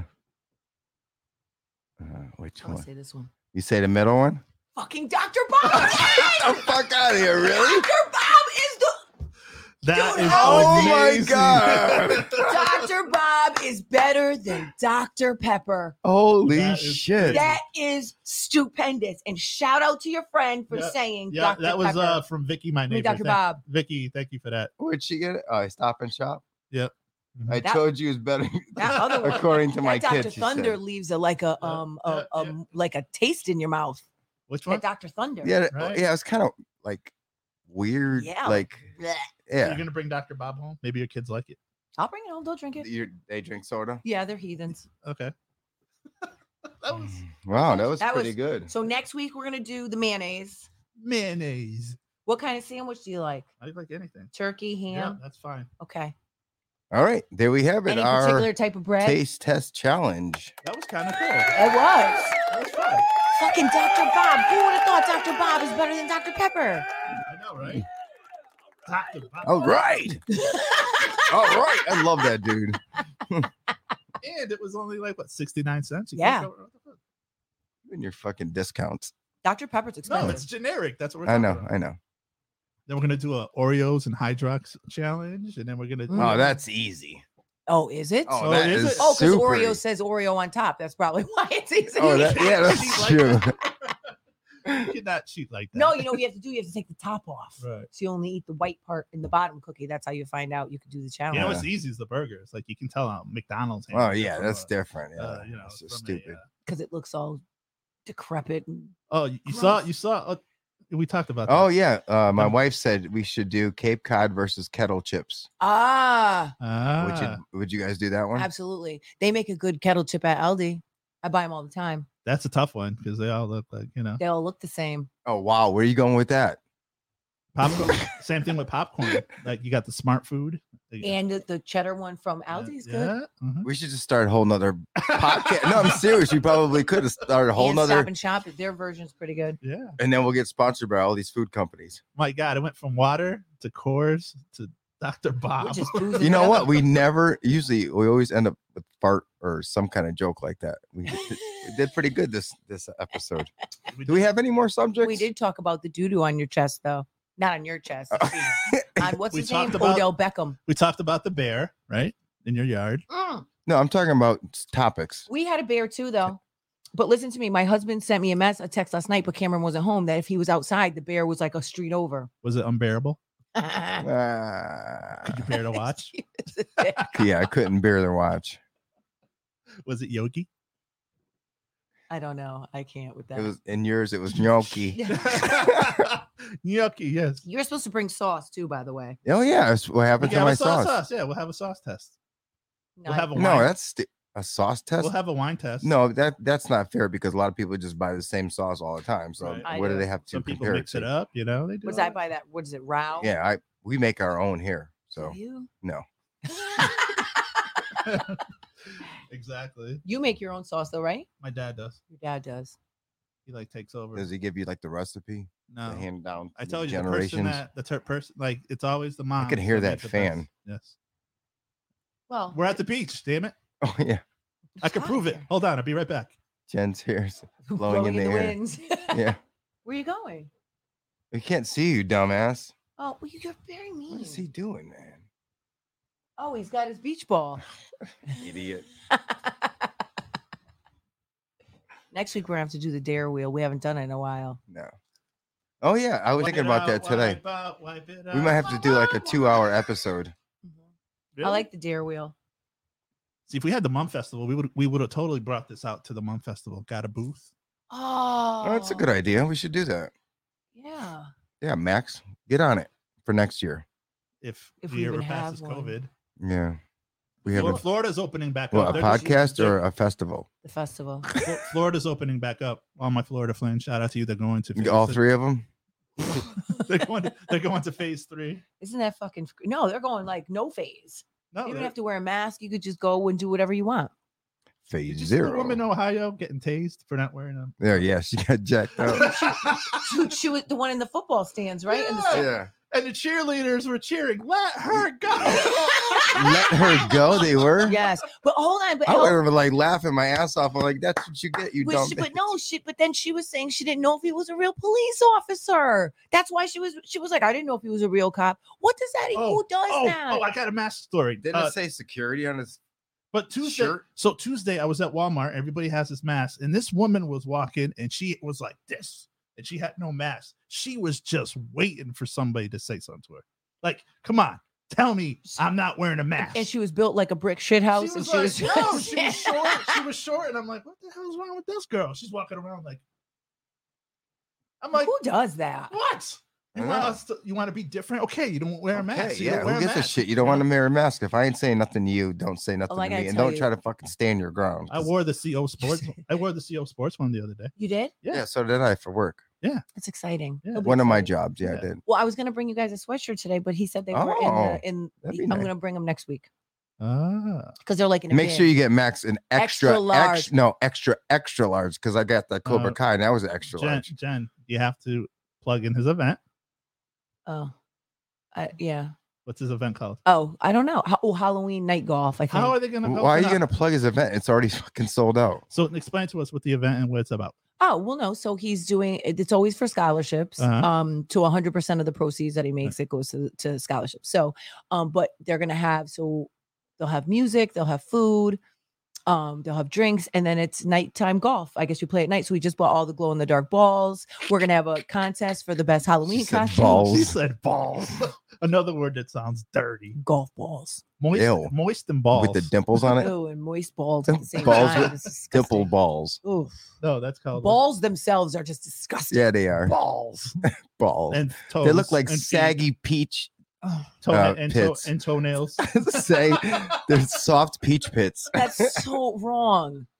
Speaker 1: which
Speaker 3: I'm gonna
Speaker 1: one?
Speaker 3: say this one.
Speaker 1: You say the middle one?
Speaker 3: Fucking Dr. Bob.
Speaker 1: Get the fuck out of here, Oh, really?
Speaker 3: Dr. Bob is the
Speaker 2: That
Speaker 3: Dude,
Speaker 2: is
Speaker 3: oh
Speaker 1: my
Speaker 2: amazing.
Speaker 1: God.
Speaker 3: Dr. Bob is better than Dr. Pepper.
Speaker 1: Holy
Speaker 2: That is
Speaker 1: shit.
Speaker 2: crazy.
Speaker 3: That is stupendous. And shout out to your friend for
Speaker 2: Yeah,
Speaker 3: saying
Speaker 2: yeah,
Speaker 3: Dr.
Speaker 2: that was
Speaker 3: Pepper.
Speaker 2: uh from Vicky, my
Speaker 3: I mean,
Speaker 2: neighbor.
Speaker 3: Dr.
Speaker 2: Thank-
Speaker 3: Bob.
Speaker 2: Vicky, thank you for that.
Speaker 1: Where'd she get it? Oh, Stop and Shop.
Speaker 2: Yep. Mm-hmm.
Speaker 1: I
Speaker 3: That-
Speaker 1: told you it's better,
Speaker 3: That other one.
Speaker 1: according to
Speaker 3: That
Speaker 1: my
Speaker 3: Dr.
Speaker 1: kids. she said.
Speaker 3: Thunder leaves a like a
Speaker 2: Yeah,
Speaker 3: um
Speaker 2: Uh, yeah,
Speaker 3: a,
Speaker 2: yeah.
Speaker 3: um like a taste in your mouth.
Speaker 2: Which one?
Speaker 3: That Dr. Thunder.
Speaker 1: Yeah, th-
Speaker 2: Right?
Speaker 1: yeah, it was kind of like weird.
Speaker 3: Yeah.
Speaker 1: like
Speaker 3: Blech.
Speaker 2: You're
Speaker 1: yeah,
Speaker 2: gonna bring Dr. Bob home? Maybe your kids like it.
Speaker 3: I'll bring it home. They'll drink it.
Speaker 1: you they drink soda.
Speaker 3: Yeah, they're heathens.
Speaker 2: Okay. that was
Speaker 1: Mm, Wow, that was
Speaker 3: That
Speaker 1: pretty
Speaker 3: was-
Speaker 1: good.
Speaker 3: So next week we're gonna do the mayonnaise.
Speaker 2: mayonnaise.
Speaker 3: What kind of sandwich do you like?
Speaker 2: I like anything.
Speaker 3: Turkey,
Speaker 2: Yeah,
Speaker 3: ham.
Speaker 2: that's fine.
Speaker 3: Okay.
Speaker 1: All right, there we have it.
Speaker 3: Any
Speaker 1: our
Speaker 3: particular type of bread?
Speaker 1: taste test challenge.
Speaker 2: That was kind of cool. That
Speaker 3: It was.
Speaker 2: was fun.
Speaker 3: Fucking Dr. Bob. Who would have thought Dr. Bob is better than Dr. Pepper?
Speaker 2: I know, right? Dr. Bob.
Speaker 3: Oh.
Speaker 1: All right, all right. I love that dude.
Speaker 2: And it was only like what 69 cents?
Speaker 3: Yeah.
Speaker 2: can't go wrong with
Speaker 1: And your fucking discounts.
Speaker 3: Dr. Pepper's
Speaker 2: that. No,
Speaker 3: expensive.
Speaker 2: it's generic. That's what we're
Speaker 1: I
Speaker 2: talking
Speaker 1: know,
Speaker 2: about.
Speaker 1: I know.
Speaker 2: Then we're gonna do a Oreos and Hydrox challenge, and then we're gonna
Speaker 3: Mm.
Speaker 1: Oh, that's easy.
Speaker 3: oh, is it?
Speaker 1: Oh,
Speaker 2: Oh,
Speaker 1: that
Speaker 2: is
Speaker 1: is
Speaker 2: it?
Speaker 3: Oh, because
Speaker 1: super
Speaker 3: Oreo
Speaker 1: easy.
Speaker 3: says Oreo on top. That's probably why it's easy.
Speaker 1: Oh, that, yeah,
Speaker 2: She's
Speaker 1: that's
Speaker 2: like
Speaker 1: true.
Speaker 2: you cannot cheat like that.
Speaker 3: no, you know what you have to do? You have to take the top off.
Speaker 2: Right.
Speaker 3: So you only eat the white part in the bottom cookie. That's how you find out you could do the challenge.
Speaker 2: You know
Speaker 1: Yeah.
Speaker 2: what's easy is the burgers. Like you can tell how McDonald's.
Speaker 1: Oh
Speaker 2: hamburgers
Speaker 1: yeah,
Speaker 2: are,
Speaker 1: that's
Speaker 2: uh,
Speaker 1: different. Yeah,
Speaker 2: uh, you know,
Speaker 1: that's just
Speaker 2: from a,
Speaker 1: stupid.
Speaker 2: uh,
Speaker 3: Because it looks all decrepit. And
Speaker 2: oh, you you saw,
Speaker 3: Gross.
Speaker 2: you saw. Uh, we talked about.
Speaker 1: Oh
Speaker 2: that.
Speaker 1: yeah, uh, my
Speaker 2: Um,
Speaker 1: wife said we should do Cape Cod versus kettle chips.
Speaker 3: ah,
Speaker 1: Would
Speaker 2: Ah,
Speaker 1: you would you guys do that one?
Speaker 3: absolutely. They make a good kettle chip at Aldi. I buy them all the time.
Speaker 2: that's a tough one because they all look like you know
Speaker 3: They all look the same.
Speaker 1: Oh wow, where are you going with that?
Speaker 2: popcorn. Same thing with popcorn. Like you got the smart food. that you-
Speaker 3: And the, the cheddar one from
Speaker 2: yeah,
Speaker 3: Aldi's good.
Speaker 2: yeah, mm-hmm. mhm.
Speaker 1: We should just start a whole nother podcast. No, I'm serious. We probably could have started a whole
Speaker 3: and
Speaker 1: nother
Speaker 3: Stop and Shop. Their version's pretty good.
Speaker 2: Yeah.
Speaker 1: and then we'll get sponsored by all these food companies.
Speaker 2: My God, it went from water to Coors to Dr. Bob.
Speaker 3: just boozing
Speaker 1: You know
Speaker 3: it
Speaker 1: what?
Speaker 3: up.
Speaker 1: We never usually we always end up with fart or some kind of joke like that. We did, we did pretty good this this episode. Do we have any more subjects?
Speaker 3: We did talk about the doo doo on your chest, though. Not on your chest. on what's
Speaker 2: We
Speaker 3: his name?
Speaker 2: talked about-
Speaker 3: Odell Beckham.
Speaker 2: we talked about the bear, right? In your yard.
Speaker 3: Mm.
Speaker 1: No, I'm talking about s- topics.
Speaker 3: We had a bear too, though. But listen to me. My husband sent me a mess, a text last night, but Cameron wasn't home. That if he was outside, the bear was like a street over.
Speaker 2: Was it unbearable?
Speaker 3: Excuse
Speaker 1: Ah,
Speaker 2: Could you bear to watch?
Speaker 3: me.
Speaker 1: yeah, I couldn't bear the watch.
Speaker 2: Was it Yogi?
Speaker 3: I don't know. I can't with that.
Speaker 1: It was in yours. It was gnocchi.
Speaker 2: Yogi, yes.
Speaker 3: You're supposed to bring sauce too, by the way.
Speaker 1: Oh yeah, that's what happened
Speaker 2: Yeah,
Speaker 1: to my
Speaker 2: we'll sauce.
Speaker 1: sauce.
Speaker 2: sauce. Yeah, we'll have a sauce test.
Speaker 3: No,
Speaker 2: We'll have a wine.
Speaker 1: No, that's sti- a sauce test.
Speaker 2: we'll have a wine test.
Speaker 1: No, that that's not fair because a lot of people just buy the same sauce all the time. So
Speaker 2: Right.
Speaker 3: I
Speaker 1: what do
Speaker 3: do.
Speaker 1: they have to
Speaker 2: Some people
Speaker 1: compare
Speaker 2: mix
Speaker 1: it
Speaker 2: it
Speaker 1: to?
Speaker 2: up, you know. They do.
Speaker 3: was
Speaker 2: all
Speaker 3: I by that? What is it? Row?
Speaker 1: Yeah, I we make our own here. So
Speaker 3: You?
Speaker 1: no,
Speaker 2: that. exactly.
Speaker 3: you make your own sauce though, right?
Speaker 2: My dad does.
Speaker 3: Your dad does.
Speaker 2: He like takes over.
Speaker 1: does he give you like the recipe? the
Speaker 2: No.
Speaker 1: hand down.
Speaker 2: Oh. I
Speaker 1: from
Speaker 2: told you the person
Speaker 1: generations.
Speaker 2: that the ter- person like it's always the mom.
Speaker 1: could hear that fan.
Speaker 2: Yes.
Speaker 3: Well,
Speaker 2: We're at the beach, damn it.
Speaker 1: Oh yeah,
Speaker 2: I can prove it. Hold on, I'll be right back.
Speaker 1: Jen's hairs.
Speaker 3: Blowing, in the,
Speaker 1: air.
Speaker 3: winds.
Speaker 1: Yeah,
Speaker 3: Where you going?
Speaker 1: we can't see you, dumbass.
Speaker 3: Oh, well, you're very mean.
Speaker 1: What is he doing, man?
Speaker 3: Oh, he's got his beach ball.
Speaker 1: Idiot.
Speaker 3: Next week we're gonna have to do the dare wheel. We haven't done it in a while.
Speaker 1: No. Oh yeah, I was thinking about that today. We might have to do like a two-hour episode.
Speaker 3: Mm-hmm. I like the dare wheel.
Speaker 2: See, if we had the Mum Festival, we would we would have totally brought this out to the Mum Festival. Got a booth.
Speaker 3: Oh,
Speaker 1: Oh, that's a good idea. We should do that.
Speaker 3: Yeah.
Speaker 1: Yeah, Max, get on it for next year.
Speaker 2: If,
Speaker 3: If
Speaker 2: the
Speaker 3: we
Speaker 2: year
Speaker 3: even have
Speaker 2: passes
Speaker 3: one.
Speaker 2: COVID,
Speaker 1: Yeah, we have
Speaker 2: Florida,
Speaker 1: a,
Speaker 2: Florida's opening back
Speaker 1: well,
Speaker 2: up.
Speaker 1: a
Speaker 2: They're just-
Speaker 1: podcast or a festival.
Speaker 3: The festival.
Speaker 2: Flo- Florida's opening back up. All my Florida friends, shout out to you. They're going to phase
Speaker 1: All
Speaker 2: six.
Speaker 1: three of them.
Speaker 2: They're going. They're going to phase three.
Speaker 3: Isn't that fucking no, they're going like no phase.
Speaker 1: Oh,
Speaker 2: No,
Speaker 3: you don't
Speaker 2: they're-
Speaker 3: have to wear a mask. You could just go and do whatever you want.
Speaker 1: Phase
Speaker 2: Did you see the
Speaker 1: zero.
Speaker 2: woman in Ohio getting tased for not wearing them.
Speaker 1: There, yeah, she got jacked up. Oh.
Speaker 3: She, she was the one in the football stands, right? In the
Speaker 2: Yeah.
Speaker 1: yeah.
Speaker 2: and the cheerleaders were cheering, "Let her go!"
Speaker 1: Let her go. They were.
Speaker 3: Yes, but hold on, but
Speaker 1: I
Speaker 3: Hel-
Speaker 1: would have like laughing my ass off. I'm like, that's what you get. You
Speaker 3: but,
Speaker 1: dumb.
Speaker 3: she, but no, she but then she was saying she didn't know if he was a real police officer. That's why she was she was like, I didn't know if he was a real cop. What does that? who does
Speaker 2: oh,
Speaker 3: that?
Speaker 2: oh, I got a mask story.
Speaker 1: Didn't
Speaker 2: Uh,
Speaker 1: it say security on his?
Speaker 2: But Tuesday,
Speaker 1: Sure.
Speaker 2: so Tuesday, I was at Walmart. Everybody has this mask, and this woman was walking, and she was like this, and she had no mask. She was just waiting for somebody to say something to her. Like, come on, tell me I'm not wearing a mask.
Speaker 3: and she was built like a brick shit house.
Speaker 2: She was
Speaker 3: and
Speaker 2: like,
Speaker 3: she
Speaker 2: no, she was short. She was short, and I'm like, what the hell's wrong with this girl? She's walking around like, I'm like,
Speaker 3: who does that?
Speaker 2: what? You
Speaker 1: I
Speaker 2: want
Speaker 1: know.
Speaker 2: us to, you want to be different? Okay, you don't wear a mask.
Speaker 1: Okay,
Speaker 2: you don't
Speaker 1: yeah,
Speaker 2: wear
Speaker 1: who gives a
Speaker 2: mask.
Speaker 1: shit? You don't want to wear a mask. If I ain't saying nothing to you, don't say nothing
Speaker 3: I
Speaker 1: to
Speaker 3: gotta
Speaker 1: me, and
Speaker 3: tell
Speaker 1: don't
Speaker 3: you-
Speaker 1: try to fucking stand your ground.
Speaker 2: I
Speaker 1: 'cause-
Speaker 2: wore the CO Sports. I wore the CO Sports one the other day.
Speaker 3: You did?
Speaker 1: Yeah.
Speaker 2: yeah.
Speaker 1: so did I for work.
Speaker 3: That's exciting.
Speaker 2: Yeah.
Speaker 3: It'll be
Speaker 1: One of my
Speaker 3: exciting.
Speaker 1: jobs. Yeah,
Speaker 2: Yeah.
Speaker 1: I did.
Speaker 3: Well, I was gonna bring you guys a sweatshirt today, but he said they were
Speaker 1: Oh,
Speaker 3: in the
Speaker 1: that'd
Speaker 3: in.
Speaker 1: be
Speaker 3: I'm
Speaker 1: nice.
Speaker 3: gonna bring them next week
Speaker 2: Ah.
Speaker 3: because they're like in a
Speaker 1: Make sure
Speaker 3: big.
Speaker 1: you get Max an
Speaker 3: Extra
Speaker 1: extra,
Speaker 3: large.
Speaker 1: ex- no, extra, extra large because I got the Cobra
Speaker 2: Uh,
Speaker 1: Kai and that was an extra
Speaker 2: Jen,
Speaker 1: large.
Speaker 2: Jen, you have to plug in his event.
Speaker 3: Oh, I, yeah.
Speaker 2: What's his event called?
Speaker 3: Oh, I don't know. Ho- oh, Halloween night golf. I think.
Speaker 2: How are they going to?
Speaker 1: Why are you gonna plug his event? It's already fucking sold out.
Speaker 2: So explain to us what the event and what it's about.
Speaker 3: Oh, well, no. So he's doing it- it's always for scholarships.
Speaker 2: Uh-huh.
Speaker 3: Um, to 100% of the proceeds
Speaker 1: Uh.
Speaker 3: that he makes, it goes to, to scholarships. So, um, but they're gonna have so they'll have music, they'll have food, um, they'll have drinks, and then it's nighttime golf. I guess you play at night. So we just bought all the glow in the dark balls. We're gonna have a contest for the best Halloween
Speaker 1: said
Speaker 3: costume.
Speaker 1: balls.
Speaker 2: She said balls. Another word that sounds dirty.
Speaker 3: Golf balls.
Speaker 2: Moist,
Speaker 1: Ew.
Speaker 2: moist and balls.
Speaker 1: With the dimples on it,
Speaker 3: Oh, and moist balls at the same
Speaker 1: Balls
Speaker 3: time.
Speaker 1: with
Speaker 3: It's disgusting.
Speaker 1: dimple balls.
Speaker 3: Oof.
Speaker 2: no, that's called
Speaker 3: Balls themselves are just disgusting.
Speaker 1: Yeah, they are
Speaker 2: Balls.
Speaker 1: balls.
Speaker 2: And toes.
Speaker 1: They look like
Speaker 2: and feet,
Speaker 1: saggy peach
Speaker 2: tona-
Speaker 1: uh,
Speaker 2: and, to-
Speaker 1: pits.
Speaker 2: and toenails.
Speaker 1: say they're soft peach pits.
Speaker 3: That's so wrong.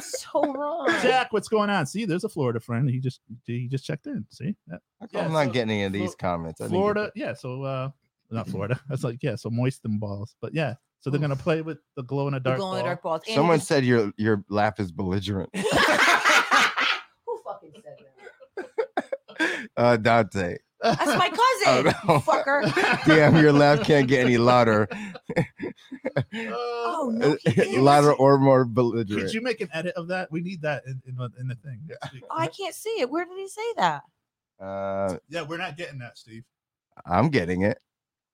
Speaker 3: So wrong.
Speaker 2: Jack, what's going on? See, there's a Florida friend. He just he just checked in. See, That-
Speaker 1: How come
Speaker 2: Yeah,
Speaker 1: I'm not
Speaker 2: so
Speaker 1: getting any of
Speaker 2: Flo-
Speaker 1: these comments. I didn't get
Speaker 2: Florida.
Speaker 1: that.
Speaker 2: Yeah. So uh, not Florida. That's like yeah. So moist and balls. But yeah. So they're gonna play with the glow in the
Speaker 3: The
Speaker 2: dark.
Speaker 3: glow in the dark balls. And
Speaker 1: Someone
Speaker 3: it's-
Speaker 1: said your your laugh is belligerent.
Speaker 3: Who fucking said that?
Speaker 1: Uh, Dante,
Speaker 3: That's my cousin.
Speaker 1: Oh, no.
Speaker 3: you fucker.
Speaker 1: damn, your laugh can't get any louder,
Speaker 3: Oh
Speaker 2: Oh,
Speaker 1: Uh,
Speaker 3: no. he didn't.
Speaker 1: louder or more
Speaker 2: Could
Speaker 1: belligerent.
Speaker 2: you make an edit of that? We need that in, in, the- in the thing. next week.
Speaker 3: Oh, I can't see it. Where did he say that?
Speaker 1: Uh,
Speaker 2: yeah, we're not getting that, Steve.
Speaker 1: I'm getting it.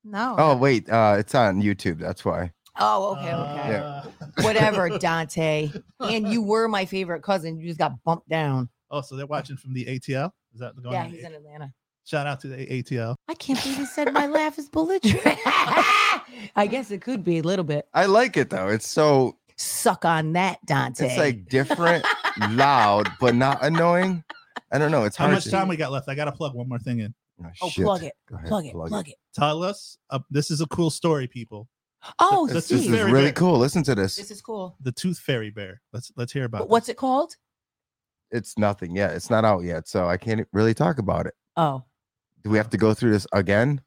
Speaker 3: No.
Speaker 1: Oh wait, uh, it's on YouTube. That's why.
Speaker 3: Oh, okay,
Speaker 2: Uh,
Speaker 3: okay. Whatever, Dante. And you were my favorite cousin. You just got bumped down.
Speaker 2: Oh, so they're watching from the ATL. Is that going?
Speaker 3: Yeah,
Speaker 2: on the
Speaker 3: he's
Speaker 2: A-
Speaker 3: in Atlanta.
Speaker 2: Shout out to the ATL.
Speaker 3: I can't believe he said my laugh is belligerent. I guess it could be a little bit.
Speaker 1: I like it though. It's so
Speaker 3: Suck on that, Dante.
Speaker 1: it's like different, loud, but not annoying. I don't know. It's
Speaker 2: How
Speaker 1: hard
Speaker 2: much
Speaker 1: to-
Speaker 2: time we got left? I got to plug one more thing in.
Speaker 3: Oh,
Speaker 1: shit.
Speaker 3: plug it.
Speaker 1: Go ahead,
Speaker 3: Plug it. Plug it.
Speaker 2: Tell us. Uh, this is a cool story, people.
Speaker 3: Oh,
Speaker 1: This,
Speaker 2: This
Speaker 1: this
Speaker 2: is
Speaker 1: is
Speaker 3: Steve.
Speaker 2: very
Speaker 1: really
Speaker 2: big.
Speaker 1: cool. Listen to this.
Speaker 3: This is cool.
Speaker 2: The Tooth Fairy Bear. Let's let's hear about.
Speaker 3: But what's it called?
Speaker 1: It's nothing yet. It's not out yet, so I can't e-, really talk about it.
Speaker 3: Oh,
Speaker 1: Do we have to go through this again?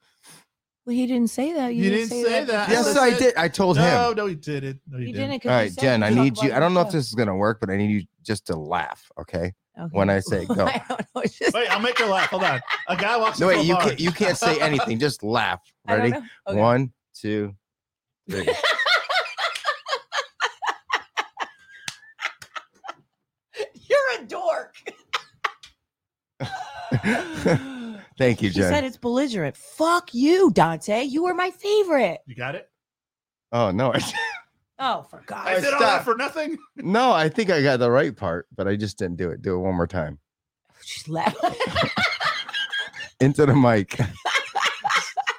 Speaker 3: well, he didn't say that.
Speaker 2: You didn't say
Speaker 3: Uh,
Speaker 2: that. I
Speaker 1: Yes,
Speaker 2: said-
Speaker 1: I did. I told him.
Speaker 2: No, no, he didn't. No, he,
Speaker 3: You
Speaker 2: didn't.
Speaker 3: didn't. 'cause
Speaker 1: All
Speaker 3: you
Speaker 1: right,
Speaker 3: said
Speaker 1: Jen,
Speaker 3: you
Speaker 1: I
Speaker 3: talked
Speaker 1: need
Speaker 3: about
Speaker 1: you.
Speaker 3: it
Speaker 1: I don't know if
Speaker 3: yourself.
Speaker 1: this is gonna work, but I need you just to laugh, okay? when I say go.
Speaker 3: I don't know. It's just,
Speaker 2: Wait, I'll make her laugh. Hold on. A guy walks
Speaker 1: No,
Speaker 2: into
Speaker 1: wait,
Speaker 2: a
Speaker 1: you
Speaker 2: bar.
Speaker 1: can't, you can't say anything. Just laugh.
Speaker 3: I don't
Speaker 1: Ready?
Speaker 3: know. Okay.
Speaker 1: One, two, three.
Speaker 3: You're a dork.
Speaker 1: Thank you,
Speaker 3: She said
Speaker 1: Jen.
Speaker 3: it's belligerent. Fuck you, Dante. You were my favorite.
Speaker 2: You got it?
Speaker 1: Oh no, I,
Speaker 3: Oh, for
Speaker 2: I
Speaker 1: All
Speaker 3: God's
Speaker 1: right,
Speaker 2: did all that
Speaker 1: stop.
Speaker 2: for nothing.
Speaker 1: no, I think I got the right part, but I just didn't do it. Do it one more time.
Speaker 3: She's laughing.
Speaker 1: Into the mic.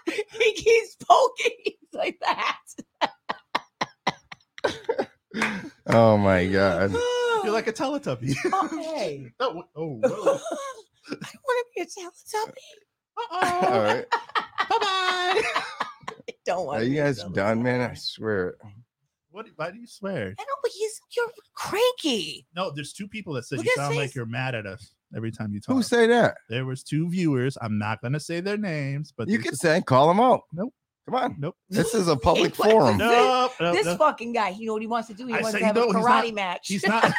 Speaker 3: he keeps poking like that.
Speaker 1: Oh my god.
Speaker 2: You're like a Teletubby.
Speaker 3: Okay.
Speaker 2: oh, oh,
Speaker 3: I don't
Speaker 2: whoa.
Speaker 3: want to be a Teletubby.
Speaker 1: All
Speaker 2: Uh-oh.
Speaker 1: right.
Speaker 2: Bye-bye.
Speaker 3: I don't want.
Speaker 1: Are you guys done, man? I swear. it.
Speaker 2: What, why do you swear?
Speaker 3: I don't. But he's you're cranky.
Speaker 2: No, there's two people that said
Speaker 3: Look
Speaker 2: you
Speaker 3: at
Speaker 2: sound
Speaker 3: his
Speaker 2: like
Speaker 3: face.
Speaker 2: you're mad at us every time you talk.
Speaker 1: Who say that?
Speaker 2: there was two viewers. I'm not gonna say their names, but
Speaker 1: You
Speaker 2: they
Speaker 1: can
Speaker 2: said-
Speaker 1: say call them out.
Speaker 2: Nope.
Speaker 1: Come on.
Speaker 2: Nope.
Speaker 1: This is a public
Speaker 3: wasn't
Speaker 1: forum.
Speaker 3: No.
Speaker 2: Nope. no,
Speaker 3: this
Speaker 2: no.
Speaker 3: fucking guy. He know what he wants to do. He
Speaker 2: I
Speaker 3: wants
Speaker 2: said,
Speaker 3: to have
Speaker 2: no, he's
Speaker 3: a karate
Speaker 2: not-
Speaker 3: match.
Speaker 2: he's not-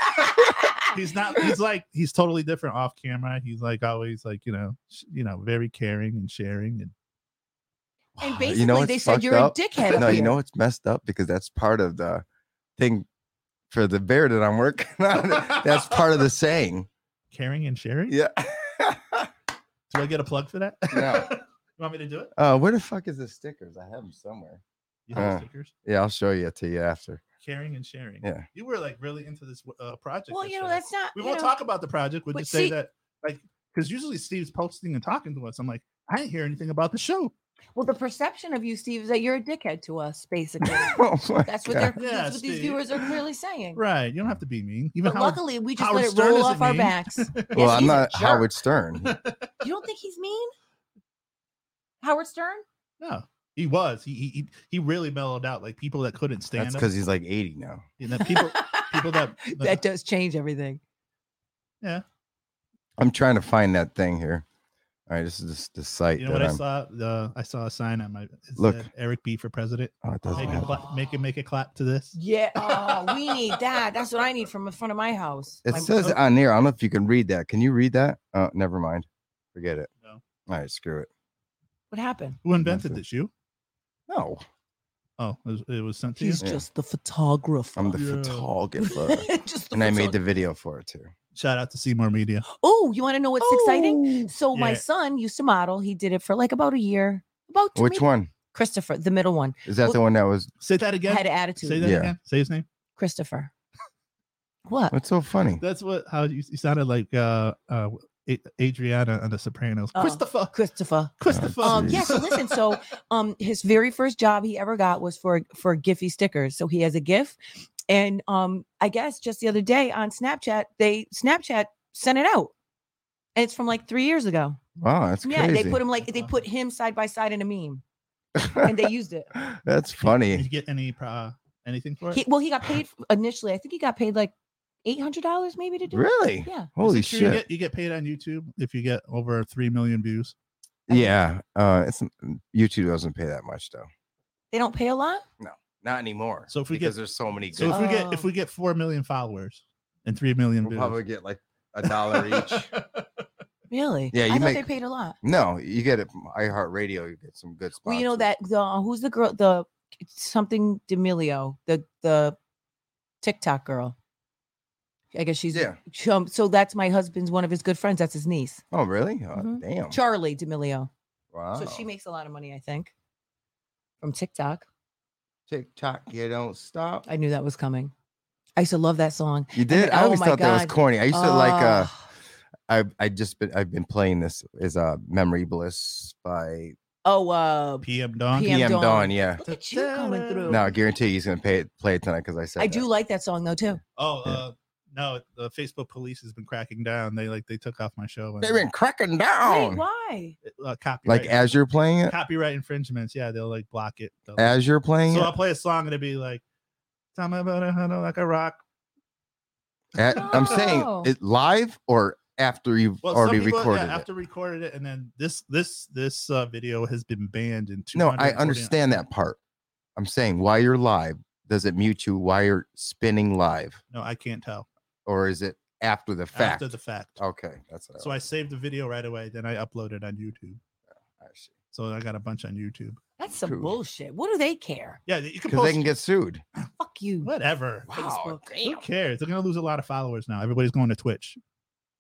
Speaker 2: he's not he's like he's totally different off camera he's like always like you know sh- you know very caring and sharing and
Speaker 3: And
Speaker 1: Wow,
Speaker 3: basically, they
Speaker 1: what's
Speaker 3: said
Speaker 1: fucked
Speaker 3: you're
Speaker 1: up?
Speaker 3: a dickhead. up
Speaker 1: No, you
Speaker 3: here.
Speaker 1: know it's messed up because that's part of the thing for the bear that I'm working on. that's part of the saying.
Speaker 2: caring and sharing
Speaker 1: Yeah.
Speaker 2: do i get a plug for that
Speaker 1: No.
Speaker 2: you want me to do it
Speaker 1: Uh, where the fuck is the stickers? I have them somewhere.
Speaker 2: you have
Speaker 1: Uh.
Speaker 2: stickers
Speaker 1: Yeah, I'll show you to you after.
Speaker 2: caring and sharing
Speaker 1: Yeah.
Speaker 2: you were like really into this uh, project
Speaker 3: Well,
Speaker 2: this
Speaker 3: you know
Speaker 2: show.
Speaker 3: that's not.
Speaker 2: we
Speaker 3: you
Speaker 2: won't
Speaker 3: know,
Speaker 2: talk about the project we'll
Speaker 3: but
Speaker 2: just say
Speaker 3: see-
Speaker 2: that like because usually steve's posting and talking to us i'm like i didn't hear anything about the show
Speaker 3: Well, the perception of you, Steve, is that you're a dickhead to us. Basically,
Speaker 1: oh my
Speaker 3: that's what
Speaker 1: God.
Speaker 3: they're.
Speaker 2: Yeah,
Speaker 3: that's what
Speaker 2: Steve.
Speaker 3: these viewers are clearly saying.
Speaker 2: right you don't have to be mean even
Speaker 3: But
Speaker 2: how
Speaker 3: luckily, we just
Speaker 2: Howard
Speaker 3: let it
Speaker 2: Stern
Speaker 3: roll
Speaker 2: isn't
Speaker 3: off our
Speaker 2: mean.
Speaker 3: backs. Yes,
Speaker 1: Well, I'm
Speaker 3: he's a
Speaker 1: not
Speaker 3: jerk.
Speaker 1: Howard Stern.
Speaker 3: You don't think he's mean? Howard Stern?
Speaker 2: no he was he he he- he really mellowed out like people that couldn't stand
Speaker 1: That's
Speaker 2: him
Speaker 1: because he's like 80 now.
Speaker 2: you know, people people that,
Speaker 3: that does change everything.
Speaker 1: I'm trying to find that thing here. All right, this is this, this site.
Speaker 2: you know
Speaker 1: that
Speaker 2: what i
Speaker 1: I'm-
Speaker 2: saw the i saw a sign on my it
Speaker 1: Look.
Speaker 2: said, eric b for president
Speaker 1: Oh, it
Speaker 2: make
Speaker 1: doesn't
Speaker 2: it
Speaker 1: have-
Speaker 2: cla- make it make it clap to this
Speaker 3: Yeah, oh, we need that. That's what I need from the front of my house.
Speaker 1: It
Speaker 3: My-
Speaker 1: says on there. I don't know if you can read that. Can you read that? Oh, never mind. Forget it.
Speaker 2: No.
Speaker 1: All right, screw it.
Speaker 3: what happened?
Speaker 2: who invented
Speaker 1: Nothing.
Speaker 2: this you
Speaker 1: No,
Speaker 2: oh it was, it was sent to you
Speaker 3: He's
Speaker 1: Yeah.
Speaker 3: just the photographer.
Speaker 1: I'm the
Speaker 2: Yeah.
Speaker 1: photographer,
Speaker 3: just the
Speaker 1: and I made
Speaker 3: photog-
Speaker 1: the video for it too.
Speaker 2: shout out to seymour media
Speaker 3: Oh, you want to know what's exciting? So my
Speaker 2: Yeah.
Speaker 3: son used to model. He did it for like about a year. About two
Speaker 1: Which
Speaker 3: maybe-
Speaker 1: one
Speaker 3: Christopher, the middle one,
Speaker 1: is that?
Speaker 3: Well-
Speaker 1: The one that was.
Speaker 2: say that again
Speaker 3: had
Speaker 2: say
Speaker 3: attitude.
Speaker 2: that
Speaker 1: Yeah.
Speaker 2: again say his name
Speaker 3: Christopher. What?
Speaker 1: What's so funny?
Speaker 2: that's what how you, you sounded like uh uh A- adriana on the sopranos
Speaker 3: Uh,
Speaker 2: christopher
Speaker 3: Christopher.
Speaker 2: christopher
Speaker 3: Um, yeah.
Speaker 1: Jeez.
Speaker 3: So listen. So, um, his very first job he ever got was for for Giphy stickers. So he has a GIF, and um, I guess just the other day on Snapchat, they Snapchat sent it out, and it's from like three years ago.
Speaker 1: Wow, that's
Speaker 3: yeah,
Speaker 1: crazy. Uh-huh.
Speaker 3: they put him like
Speaker 2: That's
Speaker 3: they
Speaker 2: awesome.
Speaker 3: put him side by side in a meme, and they used it.
Speaker 1: that's
Speaker 2: did you
Speaker 1: funny.
Speaker 2: get any uh anything for it
Speaker 3: He, well, he got paid initially. I think he got paid like eight hundred dollars maybe to do.
Speaker 1: Really?
Speaker 3: It. Yeah.
Speaker 1: Holy
Speaker 2: Is it true You
Speaker 1: shit!
Speaker 2: get, you get paid on YouTube if you get over three million views.
Speaker 1: Yeah, uh, it's YouTube doesn't pay that much though.
Speaker 3: They don't pay a lot.
Speaker 1: Not anymore.
Speaker 2: So if we
Speaker 1: because
Speaker 2: get-
Speaker 1: there's so many,
Speaker 2: So
Speaker 1: good,
Speaker 2: if we get if
Speaker 3: Oh.
Speaker 2: we get four million followers and three million
Speaker 1: we'll
Speaker 2: views,
Speaker 1: probably get like a dollar each.
Speaker 3: Really?
Speaker 1: Yeah, you
Speaker 3: I thought
Speaker 1: make-
Speaker 3: they paid a lot.
Speaker 1: No, you get it. from iHeartRadio, you get some good spots.
Speaker 3: Well, you know that the uh, who's the girl the something D'Amelio, the the TikTok girl. I guess she's
Speaker 1: Yeah.
Speaker 3: Um, so that's my husband's one of his good friends. That's his niece,
Speaker 1: Oh, really? Oh,
Speaker 3: Mhm.
Speaker 1: Damn.
Speaker 3: Charlie D'Amelio.
Speaker 1: wow.
Speaker 3: So she makes a lot of money, I think, from TikTok.
Speaker 1: TikTok, you don't stop.
Speaker 3: I knew that was coming. I used to love that song.
Speaker 1: You did. I
Speaker 3: oh
Speaker 1: always
Speaker 3: my
Speaker 1: thought that was
Speaker 3: God.
Speaker 1: corny. I used to like. uh
Speaker 3: Ah.
Speaker 1: I I just been I've been playing this is uh memory bliss by
Speaker 3: oh, uh,
Speaker 2: PM Dawn.
Speaker 3: PM
Speaker 1: PM Dawn.
Speaker 3: Dawn.
Speaker 1: yeah.
Speaker 3: look at you coming through.
Speaker 1: No, I guarantee he's gonna pay it, play it tonight because I said
Speaker 3: I
Speaker 1: that.
Speaker 3: do like that song though too.
Speaker 2: Oh,
Speaker 1: Yeah.
Speaker 2: uh, no, the Facebook police has been cracking down. They like they took off my show.
Speaker 1: They've been cracking
Speaker 3: Wait,
Speaker 1: down.
Speaker 3: why?
Speaker 2: uh, copyright,
Speaker 1: like as you're playing it,
Speaker 2: copyright infringements. Yeah, they'll like block it. They'll-
Speaker 1: as you're playing
Speaker 2: so I'll
Speaker 1: it,
Speaker 2: play a song and it'll be like, "Tell me about it, honey, like a rock."
Speaker 1: at- I'm
Speaker 3: No.
Speaker 1: saying it live or after you've
Speaker 2: Well,
Speaker 1: already
Speaker 2: some people yeah,
Speaker 1: recorded it.
Speaker 2: after recorded it, and then this this this uh, video has been banned in two.
Speaker 1: No, I understand that part. I'm saying while you're live, does it mute you while you're spinning live,
Speaker 2: No, I can't tell.
Speaker 1: or is it after the fact. Oh,
Speaker 2: after the fact.
Speaker 1: okay, that's what
Speaker 2: So I saved the video right away. Then I uploaded on YouTube.
Speaker 1: I see.
Speaker 2: So I got a bunch on YouTube.
Speaker 3: That's some
Speaker 1: True.
Speaker 3: bullshit. What do they care?
Speaker 2: Yeah, you
Speaker 1: because
Speaker 2: can post
Speaker 1: they can get sued.
Speaker 3: Fuck you.
Speaker 2: whatever.
Speaker 1: Wow,
Speaker 3: Facebook.
Speaker 2: Who
Speaker 3: Damn.
Speaker 2: cares? They're gonna lose a lot of followers now. Everybody's going to Twitch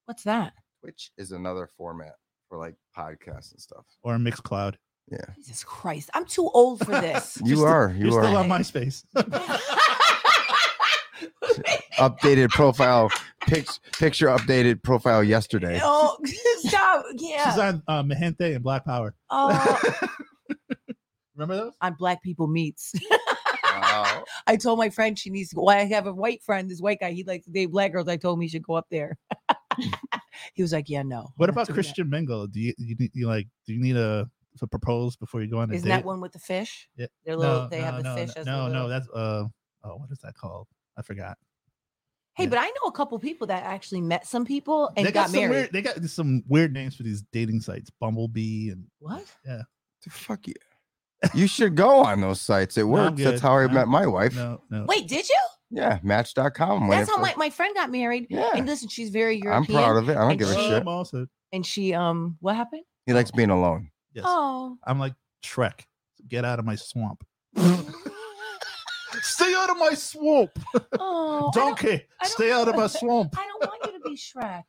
Speaker 3: What's that?
Speaker 1: which is another format for like podcasts and stuff.
Speaker 2: or Mixcloud.
Speaker 3: Jesus Christ. I'm too old for this.
Speaker 1: You
Speaker 2: still-
Speaker 1: are,
Speaker 2: You're
Speaker 1: you
Speaker 2: still
Speaker 1: are
Speaker 2: on MySpace.
Speaker 1: updated profile pic- picture updated profile yesterday.
Speaker 3: oh, stop.
Speaker 2: She's
Speaker 3: Yeah.
Speaker 2: on uh, Mahente and Black Power.
Speaker 3: Oh,
Speaker 2: Remember those?
Speaker 3: on Black People Meets.
Speaker 1: Wow.
Speaker 3: I told my friend she needs to go. Well, I have a white friend, this white guy. He likes to date black girls. I told him he should go up there. he was like, Yeah, no.
Speaker 2: What
Speaker 3: I'm
Speaker 2: about
Speaker 3: not doing that."
Speaker 2: Christian Mingle? Do you, you need you like do you need a to propose before you go on a
Speaker 3: Isn't
Speaker 2: date?
Speaker 3: that one with the fish?
Speaker 2: Yeah.
Speaker 3: They're
Speaker 2: no,
Speaker 3: little, they
Speaker 2: no,
Speaker 3: have the
Speaker 2: no,
Speaker 3: fish
Speaker 2: no,
Speaker 3: as the
Speaker 2: no,
Speaker 3: little-
Speaker 2: no, that's uh oh, what is that called? I forgot.
Speaker 3: Hey,
Speaker 2: yeah.
Speaker 3: but I know a couple people that actually met some people and
Speaker 2: they
Speaker 3: got,
Speaker 2: some
Speaker 3: married.
Speaker 2: weird they got some weird names for these dating sites, Bumblebee and
Speaker 3: What?
Speaker 1: The fuck you. You should go on those sites. It
Speaker 2: I'm
Speaker 1: works. That's
Speaker 2: good.
Speaker 1: how I
Speaker 2: No,
Speaker 1: met my wife.
Speaker 2: no, no.
Speaker 3: Wait, did you?
Speaker 1: Yeah, match.com. when
Speaker 3: That's
Speaker 1: it
Speaker 3: how my,
Speaker 1: first-
Speaker 3: my friend got married. And
Speaker 1: Yeah.
Speaker 3: listen, she's very European.
Speaker 1: I'm proud of it. I don't
Speaker 3: and
Speaker 1: give a
Speaker 3: she-
Speaker 2: Oh,
Speaker 1: shit.
Speaker 2: I'm also-
Speaker 3: And she um what happened?
Speaker 1: He likes being alone.
Speaker 2: yes.
Speaker 3: Oh.
Speaker 2: I'm like Shrek. Get out of my swamp. Stay out of my swamp,
Speaker 3: oh. I don't,
Speaker 2: donkey.
Speaker 3: I don't-
Speaker 2: Stay out of my swamp.
Speaker 3: I don't want you to be Shrek.